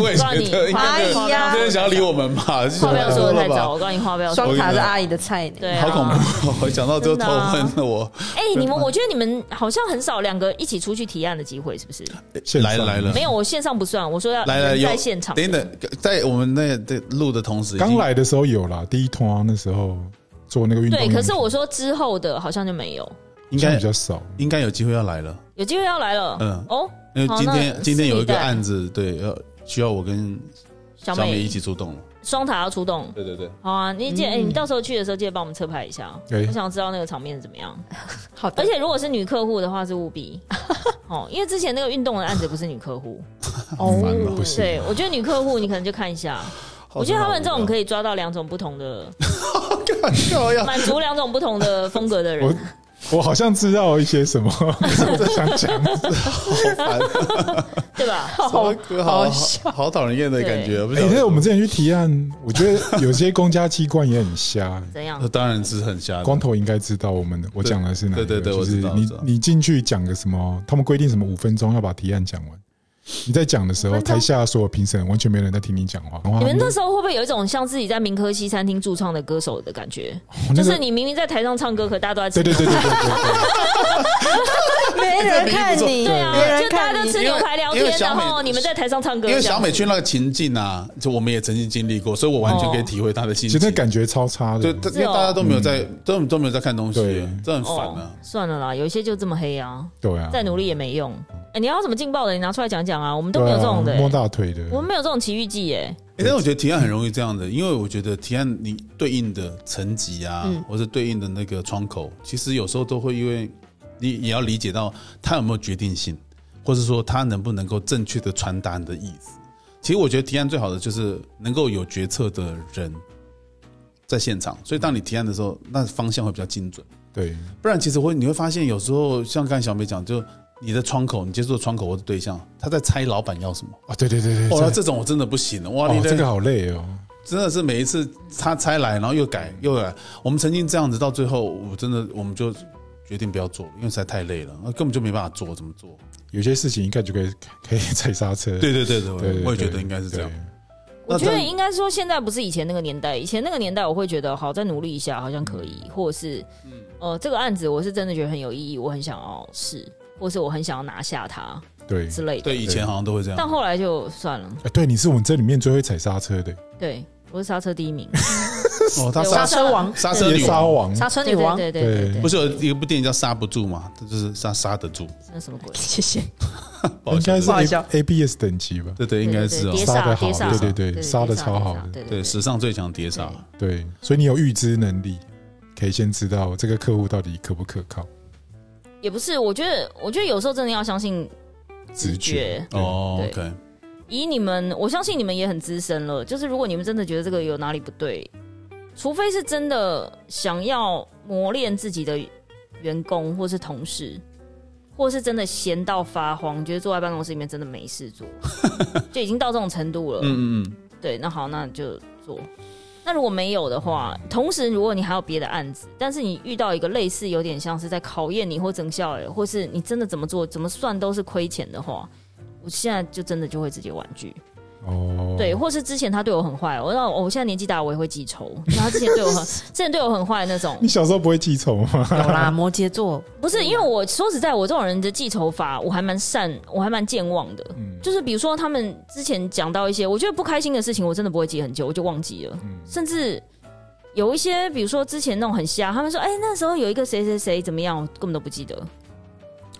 S2: 我也
S4: 我告诉
S2: 觉
S4: 你
S2: 得，应
S4: 花
S2: 该没有
S3: 哎呀
S2: 没有人想要理我们吧，
S4: 话不要说的
S2: 了
S4: 太早，
S2: 吧
S4: 我，告诉你话不要说。
S3: 双塔是阿姨的菜呢。
S4: 对啊
S2: 好恐！ (laughs) 怖，讲到就
S4: 真的
S2: 头
S4: 啊
S2: 昏了我。
S4: 哎，你们，我觉得你们好像很少两个一起出去提案的机会，是不是？
S1: 线上
S2: 来了来了
S4: 没有，我线上不算。我说要
S2: 嗯 (laughs) 来来，
S4: 人
S2: 有
S4: 在现场，
S2: 等等，在我们那在录的同时，
S1: 刚，来的时候有啦，第一通啊那时候做那个运动用
S4: 对。
S1: 品，
S4: 可是我说之后的好像就没有，
S2: 应
S1: 现在
S2: 该
S1: 比较少。
S2: 应该有机会要来了，
S4: 有机会要来了。
S2: 嗯
S4: 哦，
S2: 因为
S4: 好
S2: 今
S4: 那
S2: 天今天有一
S4: 私密
S2: 个
S4: 带
S2: 案子，对，要需要我跟
S4: 小
S2: 小美一
S4: 美
S2: 起出动了。
S4: 双塔要出动，
S2: 对对对，
S4: 好啊！你记得，哎，
S2: 嗯
S4: 你到时候去的时候记得帮我们车拍一下，
S1: 哎
S4: 我想知道那个场面是怎么样。
S3: 好的
S4: 而，且如果是女客户的话，是务必 (laughs) 哦，因为之前那个运动的案子不是女客户，
S1: 烦了不行
S4: 哦对我觉得女客户你可能就看一下，
S2: 哦
S4: 我觉得他们这种可以抓到两种不同的，
S2: 以
S4: (laughs) 满足两种不同的风格的
S1: 我
S4: 人。
S1: 我好像知道一些什
S2: (laughs)
S1: 么，可是我在想讲，
S2: 好烦，
S4: 对吧？
S2: 好
S3: 好
S2: 好
S3: 笑
S2: 好讨人厌的感觉。不
S1: 哎、
S2: 晓得
S1: 那我们之前去提案，我觉得有些公家机关也很瞎、
S4: (laughs) 怎样
S2: 那？当然是很瞎的，
S1: 光头应该知道我们的，我讲的是哪一个？
S2: 对对对
S1: 就是
S2: 我知道我
S1: 你
S2: 知道
S1: 你进去讲个什么？他们规定什么五分钟要把提案讲完。你在讲的时
S4: 五
S1: 候，
S4: 分钟
S1: 台下所有评审完全没有人在听你讲话。
S4: 你们那
S1: 那
S4: 时候会不会有一种像自己在民科西餐厅驻唱的歌手的感觉？
S1: 那
S4: 就
S1: 个
S4: 是你明明在台上唱歌，可大家都在
S1: 对
S4: 吃。
S1: 对对对对
S4: (laughs)
S1: 对
S3: 没人看你，
S4: 对啊
S3: 没，人
S4: 就大
S3: 看
S4: 家都
S3: 你
S4: 吃。牛排聊
S2: 因为
S4: 天，
S2: 小
S4: 然
S2: 美
S4: 后你们在台上唱歌，
S2: 因为
S4: 这样
S2: 小美去那个情境啊，就我们也曾经经历过，所以我完全可以体会她的心
S1: 对，其
S2: 情。
S1: 实那感觉超差
S2: 对，
S1: 的。
S2: 因
S4: 是
S2: 为
S4: 哦
S2: 大家都没有在，都都没有在看东西
S1: 对，
S2: 这很烦
S4: 哦
S2: 啊。，
S4: 算了啦，有一些就这么黑啊，
S1: 对啊，
S4: 再努力也没用。哎，你要什么劲爆的，你拿出来讲讲啊，我们都
S1: 对
S4: 没有
S1: 啊，
S4: 这种的欸，
S1: 摸大腿的，
S4: 我们没有这种奇遇记耶。
S2: 欸但我觉得提案很容易这样的，因为我觉得提案你对应的层级啊，或是对应的那个窗口，其实有时候都会因为你也要理解到他有没有决定性，或是说他能不能够正确的传达你的意思。其实我觉得提案最好的就是能够有决策的人在现场，所以当你提案的时候，那方向会比较精准。
S1: 对
S2: 不然其实会你会发现，有时候像刚才小美讲，就你的窗口，你接触的窗口或者对象，他在猜老板要什么。
S1: 啊，对对对对，
S2: 哇，
S1: 这
S2: 哦那这种我真的不行了，哇，
S1: 哦
S2: 你的
S1: 这个好累哦。
S2: 真的是每一次他拆来，然后又改又改。我们曾经这样子，到最后我真的我们就决定不要做，因为实在太累了，那根本就没办法做，怎么做？
S1: 有些事情一看就可以可以 (laughs) 踩刹车。
S2: 对对对对，
S1: 对，对
S2: 我也觉得应该是这样。。那
S4: 我觉得
S2: 但
S4: 应该说，现在不是以前那个年代。以前那个年代，我会觉得好，再努力一下，好像可
S1: 嗯
S4: 以，或者是，呃，这个案子我是真的觉得很有意义，我很想要试，或是我很想要拿下它
S1: 对
S4: 之
S1: 对，
S4: 类的。
S2: 对，以前好像都会这
S4: 但
S2: 样。
S4: 后来就算了。
S1: 哎，对，你是我们这里面最会踩刹车的，
S4: 对，我是刹车第一名，
S2: 哦，他
S4: 对
S2: 刹
S4: 我
S3: 车王
S2: 刹车
S1: 别
S2: 女哦
S1: 刹
S2: 王，
S1: 王。
S3: 刹车
S4: 对
S3: 女王，
S4: 对对对对
S2: 不
S4: 对，
S2: 是有一部电影叫《刹不住》嘛？他就是刹刹得住，
S4: 那什么鬼？
S3: (laughs) 谢谢。
S2: 不好意
S1: 应
S2: 思
S1: 该是
S3: 不好意思
S1: A B S 等级吧？
S2: 对对，应该是哦
S4: 对对。对
S1: 刹得
S4: 碟
S1: 好
S4: 刹碟刹
S1: 对对对刹得超好的
S4: 对
S2: 对，史上最强碟刹。
S1: 对，所以你有预知能力，可以先知道这个客户到底可不可靠。
S4: 也不是，我觉得，我觉得有时候真的要相信
S1: 直觉对
S2: 哦
S4: 对
S2: ，OK，
S4: 以你们，我相信你们也很资深了。就是如果你们真的觉得这个有哪里不对，除非是真的想要磨练自己的员工或是同事，或是真的闲到发慌，觉得坐在办公室里面真的没事
S2: (laughs)
S4: 做，就已经到这种程度了。
S2: 嗯嗯嗯，
S4: 对，那好，那就做。那如果没有的话，同时如果你还有别的案子，但是你遇到一个类似有点像是在考验你或整效哎，或是你真的怎么做怎么算都是亏钱的话，我现在就真的就会直接婉拒。
S1: 哦，
S4: 对，，或是之前他对我很坏，哦我让我我现在年纪大，我也会记仇。然后他之前对
S1: (laughs)
S4: 我很，之前对我很坏那种
S1: 你，啊小时候不会记仇吗？
S3: 有
S2: (laughs)
S3: 啦，摩羯座
S4: 不是因为我说实在，我这种人的记仇法，我还蛮善，我还蛮健忘的。
S1: 嗯
S4: 就是比如说他们之前讲到一些我觉得不开心的事情，我真的不会记很久，我就忘记了。
S1: 嗯
S4: 甚至有一些，比如说之前那种很瞎，他们说，哎、那时候有一个谁谁谁怎么样，我根本都不记得。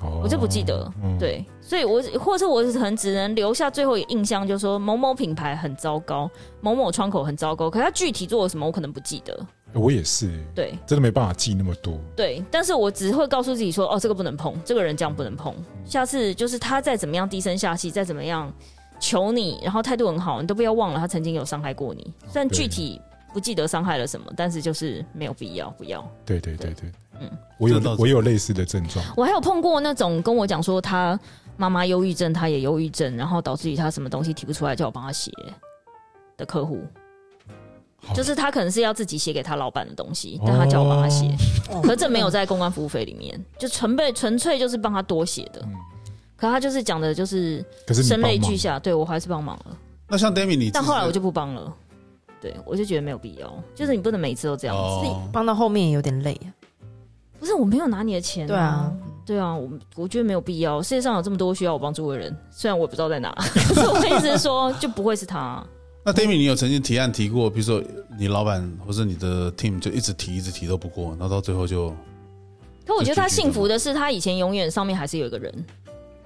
S1: 哦
S4: 我就不记得，
S1: 嗯，
S4: 对，所以我或者我可能只能留下最后一个印象，就是说某某品牌很糟糕，某某窗口很糟糕，可他具体做了什么，我可能不记得。
S1: 我也是，
S4: 对
S1: 真的没办法记那么多。
S4: 对，但是我只会告诉自己说，哦，这个不能碰，这个人这样不能碰。下次就是他再怎么样低声下气，再怎么样求你，然后态度很好，你都不要忘了他曾经有伤害过你。虽然
S1: 对
S4: 具体不记得伤害了什么，但是就是没有必要，不要。
S1: 对对对对，
S4: 嗯
S1: 我有
S2: 这倒是
S1: 我有类似的症状，
S4: 我还有碰过那种跟我讲说他妈妈忧郁症，他也忧郁症，然后导致于他什么东西提不出来，叫我帮他写的客户，
S1: 好
S4: 就是他可能是要自己写给他老板的东西，但他叫我帮他写，
S1: 哦
S4: 可这没有在公关服务费里面，就纯被纯粹就是帮他多写的。可他就是讲的，就是
S1: 可嗯是你
S4: 声泪
S1: 帮忙
S4: 俱下，对我还是帮忙了，
S2: 那像 Demi 你自己，
S4: 但后来我就不帮了，对我就觉得没有必要，就是你不能每一次都这样子，
S2: 哦，
S3: 帮到后面也有点累啊。
S4: 不是我没有拿你的钱、
S3: 对啊，
S4: 对啊，我我觉得没有必要。世界上有这么多需要我帮助的人，虽然我也不知道在哪， (laughs) 可是我的意思是说，就不会是他。
S2: 那 Demi，你有曾经提案提过，比如说你老板或者你的 team 就一直提一直提都不过，然后到最后就
S4: 可我觉得他幸福的是，他以前永远上面还是有一个人，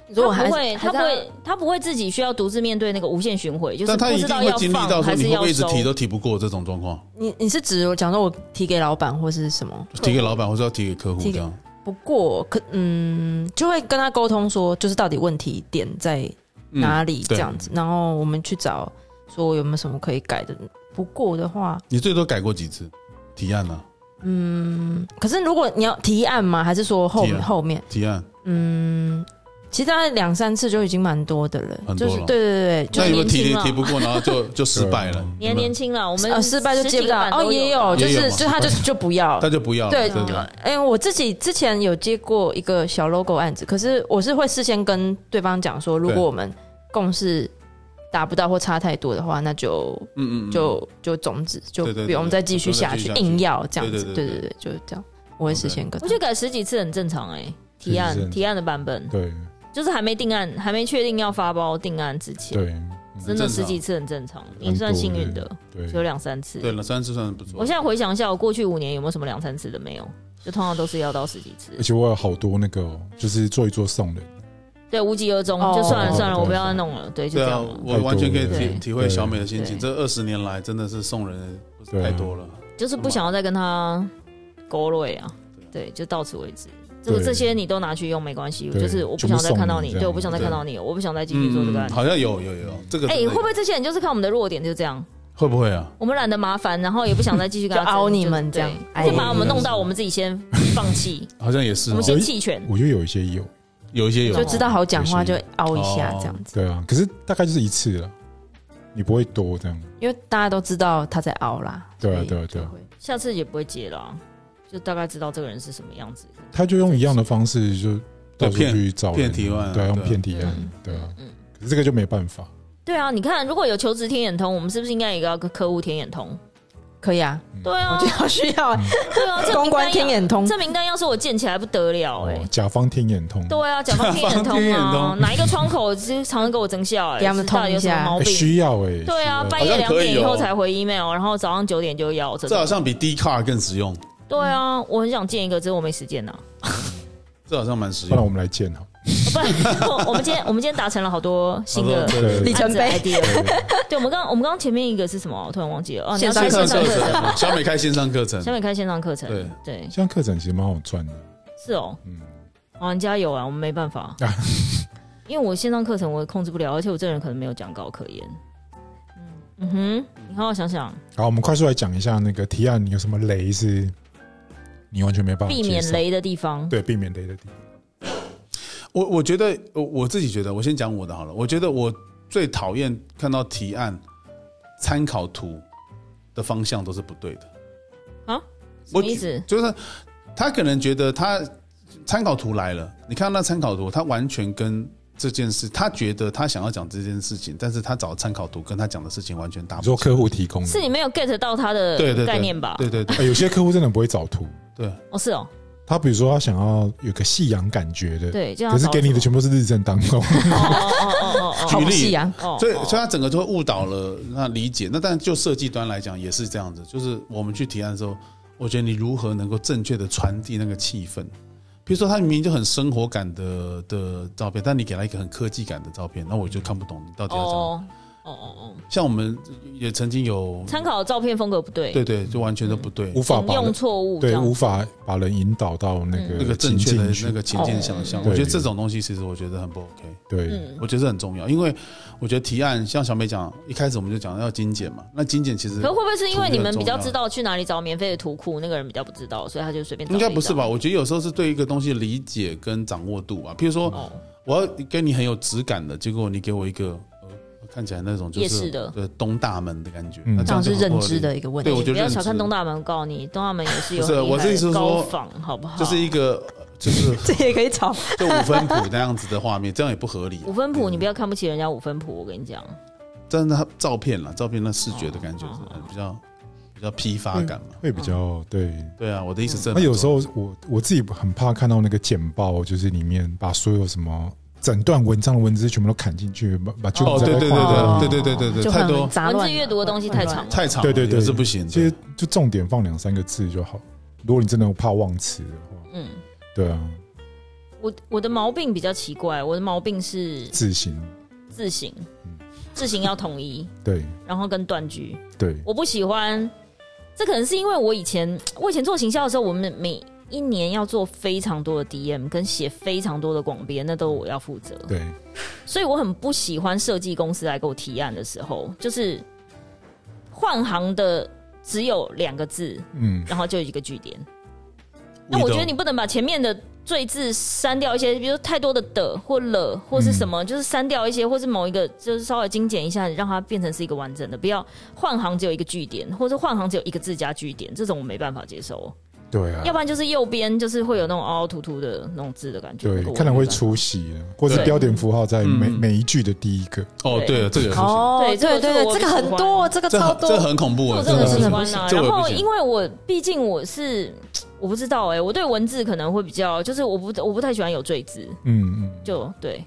S3: 你
S4: 他
S3: 说我还
S4: 不会，他
S3: 还
S4: 不
S3: 在
S4: 会，他不会自己需要独自面对那个无限巡回，就是
S2: 但他
S4: 不
S2: 一
S4: 知
S2: 定
S4: 道
S2: 会
S4: 要
S2: 经历到
S4: 放
S2: 说
S4: 还
S2: 你
S4: 是
S2: 会不
S4: 要
S2: 会一直
S4: 收。
S2: 提都提不过这种状况，
S3: 你你是指我讲说我提给老板或是什么？
S2: 就提给老板或者要提给客户这样。
S3: 不过可嗯，就会跟他沟通说，就是到底问题点在
S2: 嗯
S3: 哪里
S2: 对
S3: 这样子，然后我们去找说有没有什么可以改的。不过的话，
S2: 你最多改过几次提案呢、啊
S3: 嗯，可是如果你要提案吗？还是说后
S2: 提案
S3: 后面？
S2: 提案。
S3: 嗯，其实大概两三次就已经蛮多的了，
S2: 很多
S3: 就
S2: 了
S3: 是对对对，就
S4: 那
S2: 那
S4: 是
S2: 如果
S4: 年轻
S2: 提
S4: 嘛
S2: 提不过，然后
S4: (laughs)
S2: 就就失败了，
S4: 你还年轻了，我们
S3: 呃失败就接不到
S4: 十几个版
S3: 哦，
S4: 都
S3: 也有就
S2: 也有
S3: 是
S2: 嘛
S3: 就他就就不要
S2: 那。就不要了。
S3: 对
S2: 对呃对，
S3: 哎、我自己之前有接过一个小 logo 案子，可是我是会事先跟对方讲说，如
S2: 对
S3: 果我们共识达不到或差太多的话，那就
S2: 嗯嗯，嗯
S3: 就就终止，就
S2: 对对
S3: 不
S2: 对
S3: 用
S2: 对
S3: 再继续
S2: 不用再
S3: 下
S2: 继
S3: 去
S2: 续，下
S3: 硬
S2: 去
S3: 要这样
S2: 对
S3: 子，
S2: 对
S3: 对
S2: 对
S3: 对对，就是这样。我会事
S2: OK
S3: 先跟他
S4: 我觉得改十几次很正常哎、提
S1: 是是
S4: 案提案的版本
S1: 对
S4: 就是还没定案，还没确定要发包定案之前，
S1: 对
S4: 真
S2: 很
S4: 的
S2: 正常欸
S4: 十几次很正常，
S1: 多
S4: 你算幸运的，
S1: 对
S4: 只有两三次。
S2: 对啊了，三次算是不错。
S4: 我现在回想一下，我过去五年有没有什么两三次的没有？就通常都是要到十几次
S1: 而，且我有好多那个哦、就是做一做送人，
S4: 对，无疾而终，
S3: 哦
S4: 就算了
S1: 哦
S4: 算了，
S1: 对
S4: 我不要再弄了，对，就
S2: 对
S4: 这
S2: 啊，
S4: 样了。
S2: 我完全可以
S1: 太多了
S2: 体体会
S1: 对
S2: 小美的心情。
S4: 对
S2: 这二十年来，真的是送人
S1: 对啊
S2: 太多了。
S4: 就是不想要再跟他勾累啊，对，就到此为止。这个
S1: 对
S4: 这些你都拿去用没关系，
S1: 对
S4: 就是我不想再看到你，
S1: 全部送你这样
S4: 对，我不想再看到你，我不想再继续做这个案
S2: 嗯
S4: 子。
S2: 好像有有有这个真
S4: 哎、
S2: 的有。
S4: 会不会这些人就是看我们的弱点就这样？
S2: 会不会啊？
S4: 我们懒得麻烦，然后也不想再继续跟他
S3: 就
S4: 争
S3: 凹你们
S4: 就
S3: 这样
S4: 对
S3: 哎
S4: 就把我们弄到我们自己先放弃，
S2: 好像也是哦
S4: 我们，先弃权。
S1: 我觉得有一些有，
S2: 有一些有
S3: 就知道好讲话
S1: 有
S3: 就
S1: 些
S3: 凹一下
S2: 哦
S3: 这样子，
S1: 对啊，可是大概就是一次了，你不会多这样，
S3: 因为大家都知道他在凹啦。
S1: 对啊
S3: 所以
S1: 对啊对啊
S3: 就会
S4: 下次也不会接了啊、就大概知道这个人是什么样子。
S1: 他就用一样的方式就到处
S2: 对骗
S1: 去找人
S2: 骗提案啊
S1: 对啊，用
S2: 对啊
S1: 骗提案
S4: 嗯，
S1: 对啊，
S4: 嗯，
S1: 可是这个就没办法，
S4: 对啊，你看，如果有求职天眼通，我们是不是应该也要跟客户天眼通？
S3: 可以啊，
S1: 嗯
S4: 对啊
S3: 我，就要需要
S4: 对啊，这
S3: 公关
S4: 名单要
S3: 天眼通，
S4: 这名单要是我建起来不得了哎、
S1: 哦，甲方天眼通，
S4: 对啊，甲方天眼
S2: 甲方天
S4: 通
S2: 眼
S4: 啊，
S2: 通
S4: 哪一个窗口其实常常给我增效哎、
S3: 给他们通
S4: 到底有什么
S3: 一下
S4: 毛
S1: 哎
S4: 病？
S1: 需要哎，
S4: 对啊，
S1: 需要
S4: 半夜
S2: 好像
S4: 两
S2: 可以
S4: 点以后
S2: 哦
S4: 才回 email，然后早上九点就要这
S2: 这好
S4: 种。
S2: 像比 D car 更实用，
S4: 对啊，我很想建一个，只是我没时间啊呐。
S2: 这好像蛮实
S1: 不然
S2: 用。
S1: 我们来见哈，
S4: 哦不 (laughs) 然，我我们今天我们今天达成了好多新
S2: 好
S4: 的
S2: 多对对
S3: 里
S2: 对
S3: 程碑
S4: 案子 idea。
S1: 对
S4: 对，我们刚我们刚刚前面一个是什么？我突然忘记了。哦，你要
S3: 线
S2: 线
S3: 上
S4: 开
S2: 上
S4: 线上课
S2: 课
S4: 程，
S2: 程，小美开线上课程
S4: 小，美开线上课程。
S2: 对
S4: 对，
S1: 像课程其实蛮好赚的，
S4: 是哦。
S1: 嗯，
S4: 哦，你加油啊！我们没办法，
S2: 嗯
S4: 因为我线上课程我控制不了，而且我这人可能没有讲稿可言。嗯嗯哼，你好好想想，
S1: 好，我们快速来讲一下那个提案，你有什么雷是你完全没办法
S4: 避
S1: 接
S4: 免
S1: 受，
S4: 雷的地方。
S1: 对，避免雷的地方，
S2: 我我觉得我我自己觉得，我先讲我的好了。我觉得我最讨厌看到提案参考图的方向都是不对的。
S4: 啊什
S2: 我
S4: 么意思？
S2: 就是他可能觉得他参考图来了，你看到那参考图，他完全跟这件事，他觉得他想要讲这件事情，但是他找参考图跟他讲的事情完全搭
S1: 你
S2: 不
S1: 说
S2: 上。
S1: 客户提供的，
S4: 是你没有 get 到他
S2: 嗯对对
S4: 的
S2: 对
S4: 概念吧？
S2: 对对对
S1: 哎有些客户真的不会找图，
S2: 对，
S4: 哦，是哦，
S1: 他比如说他想要有个夕阳感觉的，
S4: 对，这样。
S1: 可是给你的
S2: (laughs)
S1: 全部是日正当
S4: (laughs)
S1: 中，
S4: 哦哦哦哦
S2: 举
S3: 好
S2: 例
S3: 细啊，
S4: 哦哦，
S2: 所以所以
S4: 哦
S2: 他整个就会误导了那理解。那但就设计端来讲也是这样子，就是我们去提案的时候，我觉得你如何能够正确的传递那个气氛。比如说，他明明就很生活感的的照片，但你给他一个很科技感的照片，那我就看不懂你到底要讲。
S4: 哦哦哦哦，
S2: 像我们也曾经有
S4: 参考照片风格不对，
S2: 对对，就完全都不对。
S1: 无法
S4: 引
S1: 把
S4: 用
S1: 人
S4: 错误，这
S1: 对
S4: 样
S1: 无法把人引导到那
S4: 嗯
S1: 个
S2: 那个正
S1: 情
S2: 确的
S1: 境去
S2: 那个情境想象，
S1: 对
S2: 我觉得这种东西其实我觉得很不 OK，
S1: 对
S4: 嗯。
S2: 我觉得这很重要，因为我觉得提案像小美讲，一开始我们就讲要精简嘛，那精简其实
S4: 可会不会是因为你们
S2: 图片很
S4: 比较
S2: 重要
S4: 知道去哪里找免费的图库，那个人比较不知道，所以他就随便找
S2: 应该
S4: 了一
S2: 不是
S4: 张
S2: 吧？？我觉得有时候是对一个东西理解跟掌握度啊吧，譬如说
S4: 哦，
S2: 我要跟你很有质感的，结果你给我一个呃看起来那种就
S4: 夜市
S2: 是
S4: 的
S2: 对东大门的感觉，
S1: 嗯
S2: 那
S3: 这
S2: 这样
S3: 样是
S2: 就很
S3: 认
S2: 不合
S3: 知
S2: 理
S3: 的一个问
S2: 对，
S3: 题
S2: 我。觉得
S4: 不要
S2: 认
S4: 小看
S2: 知
S4: 东大门，我告诉你，东大门也是有
S2: 不是
S4: 很厉
S2: 我
S4: 害
S2: 的意思
S4: 的
S2: 是
S4: 高
S2: 说
S4: 仿，好不好？
S2: 就是
S4: (laughs)
S2: 一个呃就是
S3: 这也可以吵，
S2: 就五分谱那样子的画面，这样也不合理啊、
S4: 五分谱，你不要看不起人家五分谱，我跟你讲，
S2: 但是它照片啦，照片那视觉的感觉是呃比较比较批发感嘛。
S1: 会比较
S4: 嗯
S1: 对。
S2: 对啊，我的意思真
S1: 嗯
S2: 的
S1: 那
S2: 很重要。
S1: 有时候我我自己很怕看到那个简报，就是里面把所有什么整段文章的文字全部都砍进去，把把句
S2: 哦，
S1: 子
S2: 对对对
S3: 哦
S2: 对对对对对
S3: 就
S2: 对，太
S3: 很
S2: 多
S3: 杂乱了。
S4: 文字阅读的东西太长了
S2: 太长
S1: 对
S2: 了，
S1: 对对
S2: 也是不行。
S1: 其实
S2: 对
S1: 就重点放两三个字就好。如果你真的怕忘词的话，
S4: 嗯，
S1: 对啊，
S4: 我我的毛病比较奇怪，我的毛病是
S1: 字形，
S4: 字形
S1: 嗯，
S4: 字形要统一，
S1: 对
S4: 然后跟断句，
S1: 对
S4: 我不喜欢。这可能是因为我以前我以前做行销的时候，我们每一年要做非常多的 DM 跟写非常多的广编，那都我要负责。
S1: 对，
S4: 所以我很不喜欢设计公司来给我提案的时候，就是换行的只有两个字，
S1: 嗯，
S4: 然后就一个句点。那我觉得
S2: 哦
S4: 你不能把前面的最字删掉一些，比如说太多的的或了或是什么，
S1: 嗯
S4: 就是删掉一些，或是某一个就是稍微精简一下，让它变成是一个完整的，不要换行只有一个句点，或是换行只有一个字加句点，这种我没办法接受。
S1: 对啊
S4: 要，不然就是右边就是会有那种凹凹凸凸的那种字啊的感觉，
S1: 对
S4: 那个，我
S1: 看来
S4: 没
S1: 会
S4: 办法。
S1: 出席了，或是
S2: 对
S1: 标点符号在每
S2: 嗯
S1: 每一句的第一个，
S2: 哦，对了，这个也是不行
S3: 哦，
S4: 对这
S3: 对
S4: 个
S3: 对
S4: 这个
S3: 对，
S4: 我
S3: 这个
S4: 不喜
S3: 很
S4: 欢
S3: 多，这个
S2: 这
S3: 超
S2: 很这
S3: 多，
S2: 很恐怖
S4: 我
S2: 哎，
S4: 真的
S1: 这
S4: 是
S1: 个
S4: 喜
S1: 不
S4: 欢
S3: 行
S4: 啊。
S2: 这
S4: 然
S2: 我也不
S4: 后，
S2: 行
S4: 因为我毕竟我是我不知道哎、我对文字可能会比较，就是我不我不太喜欢有赘字，
S1: 嗯嗯，
S4: 就对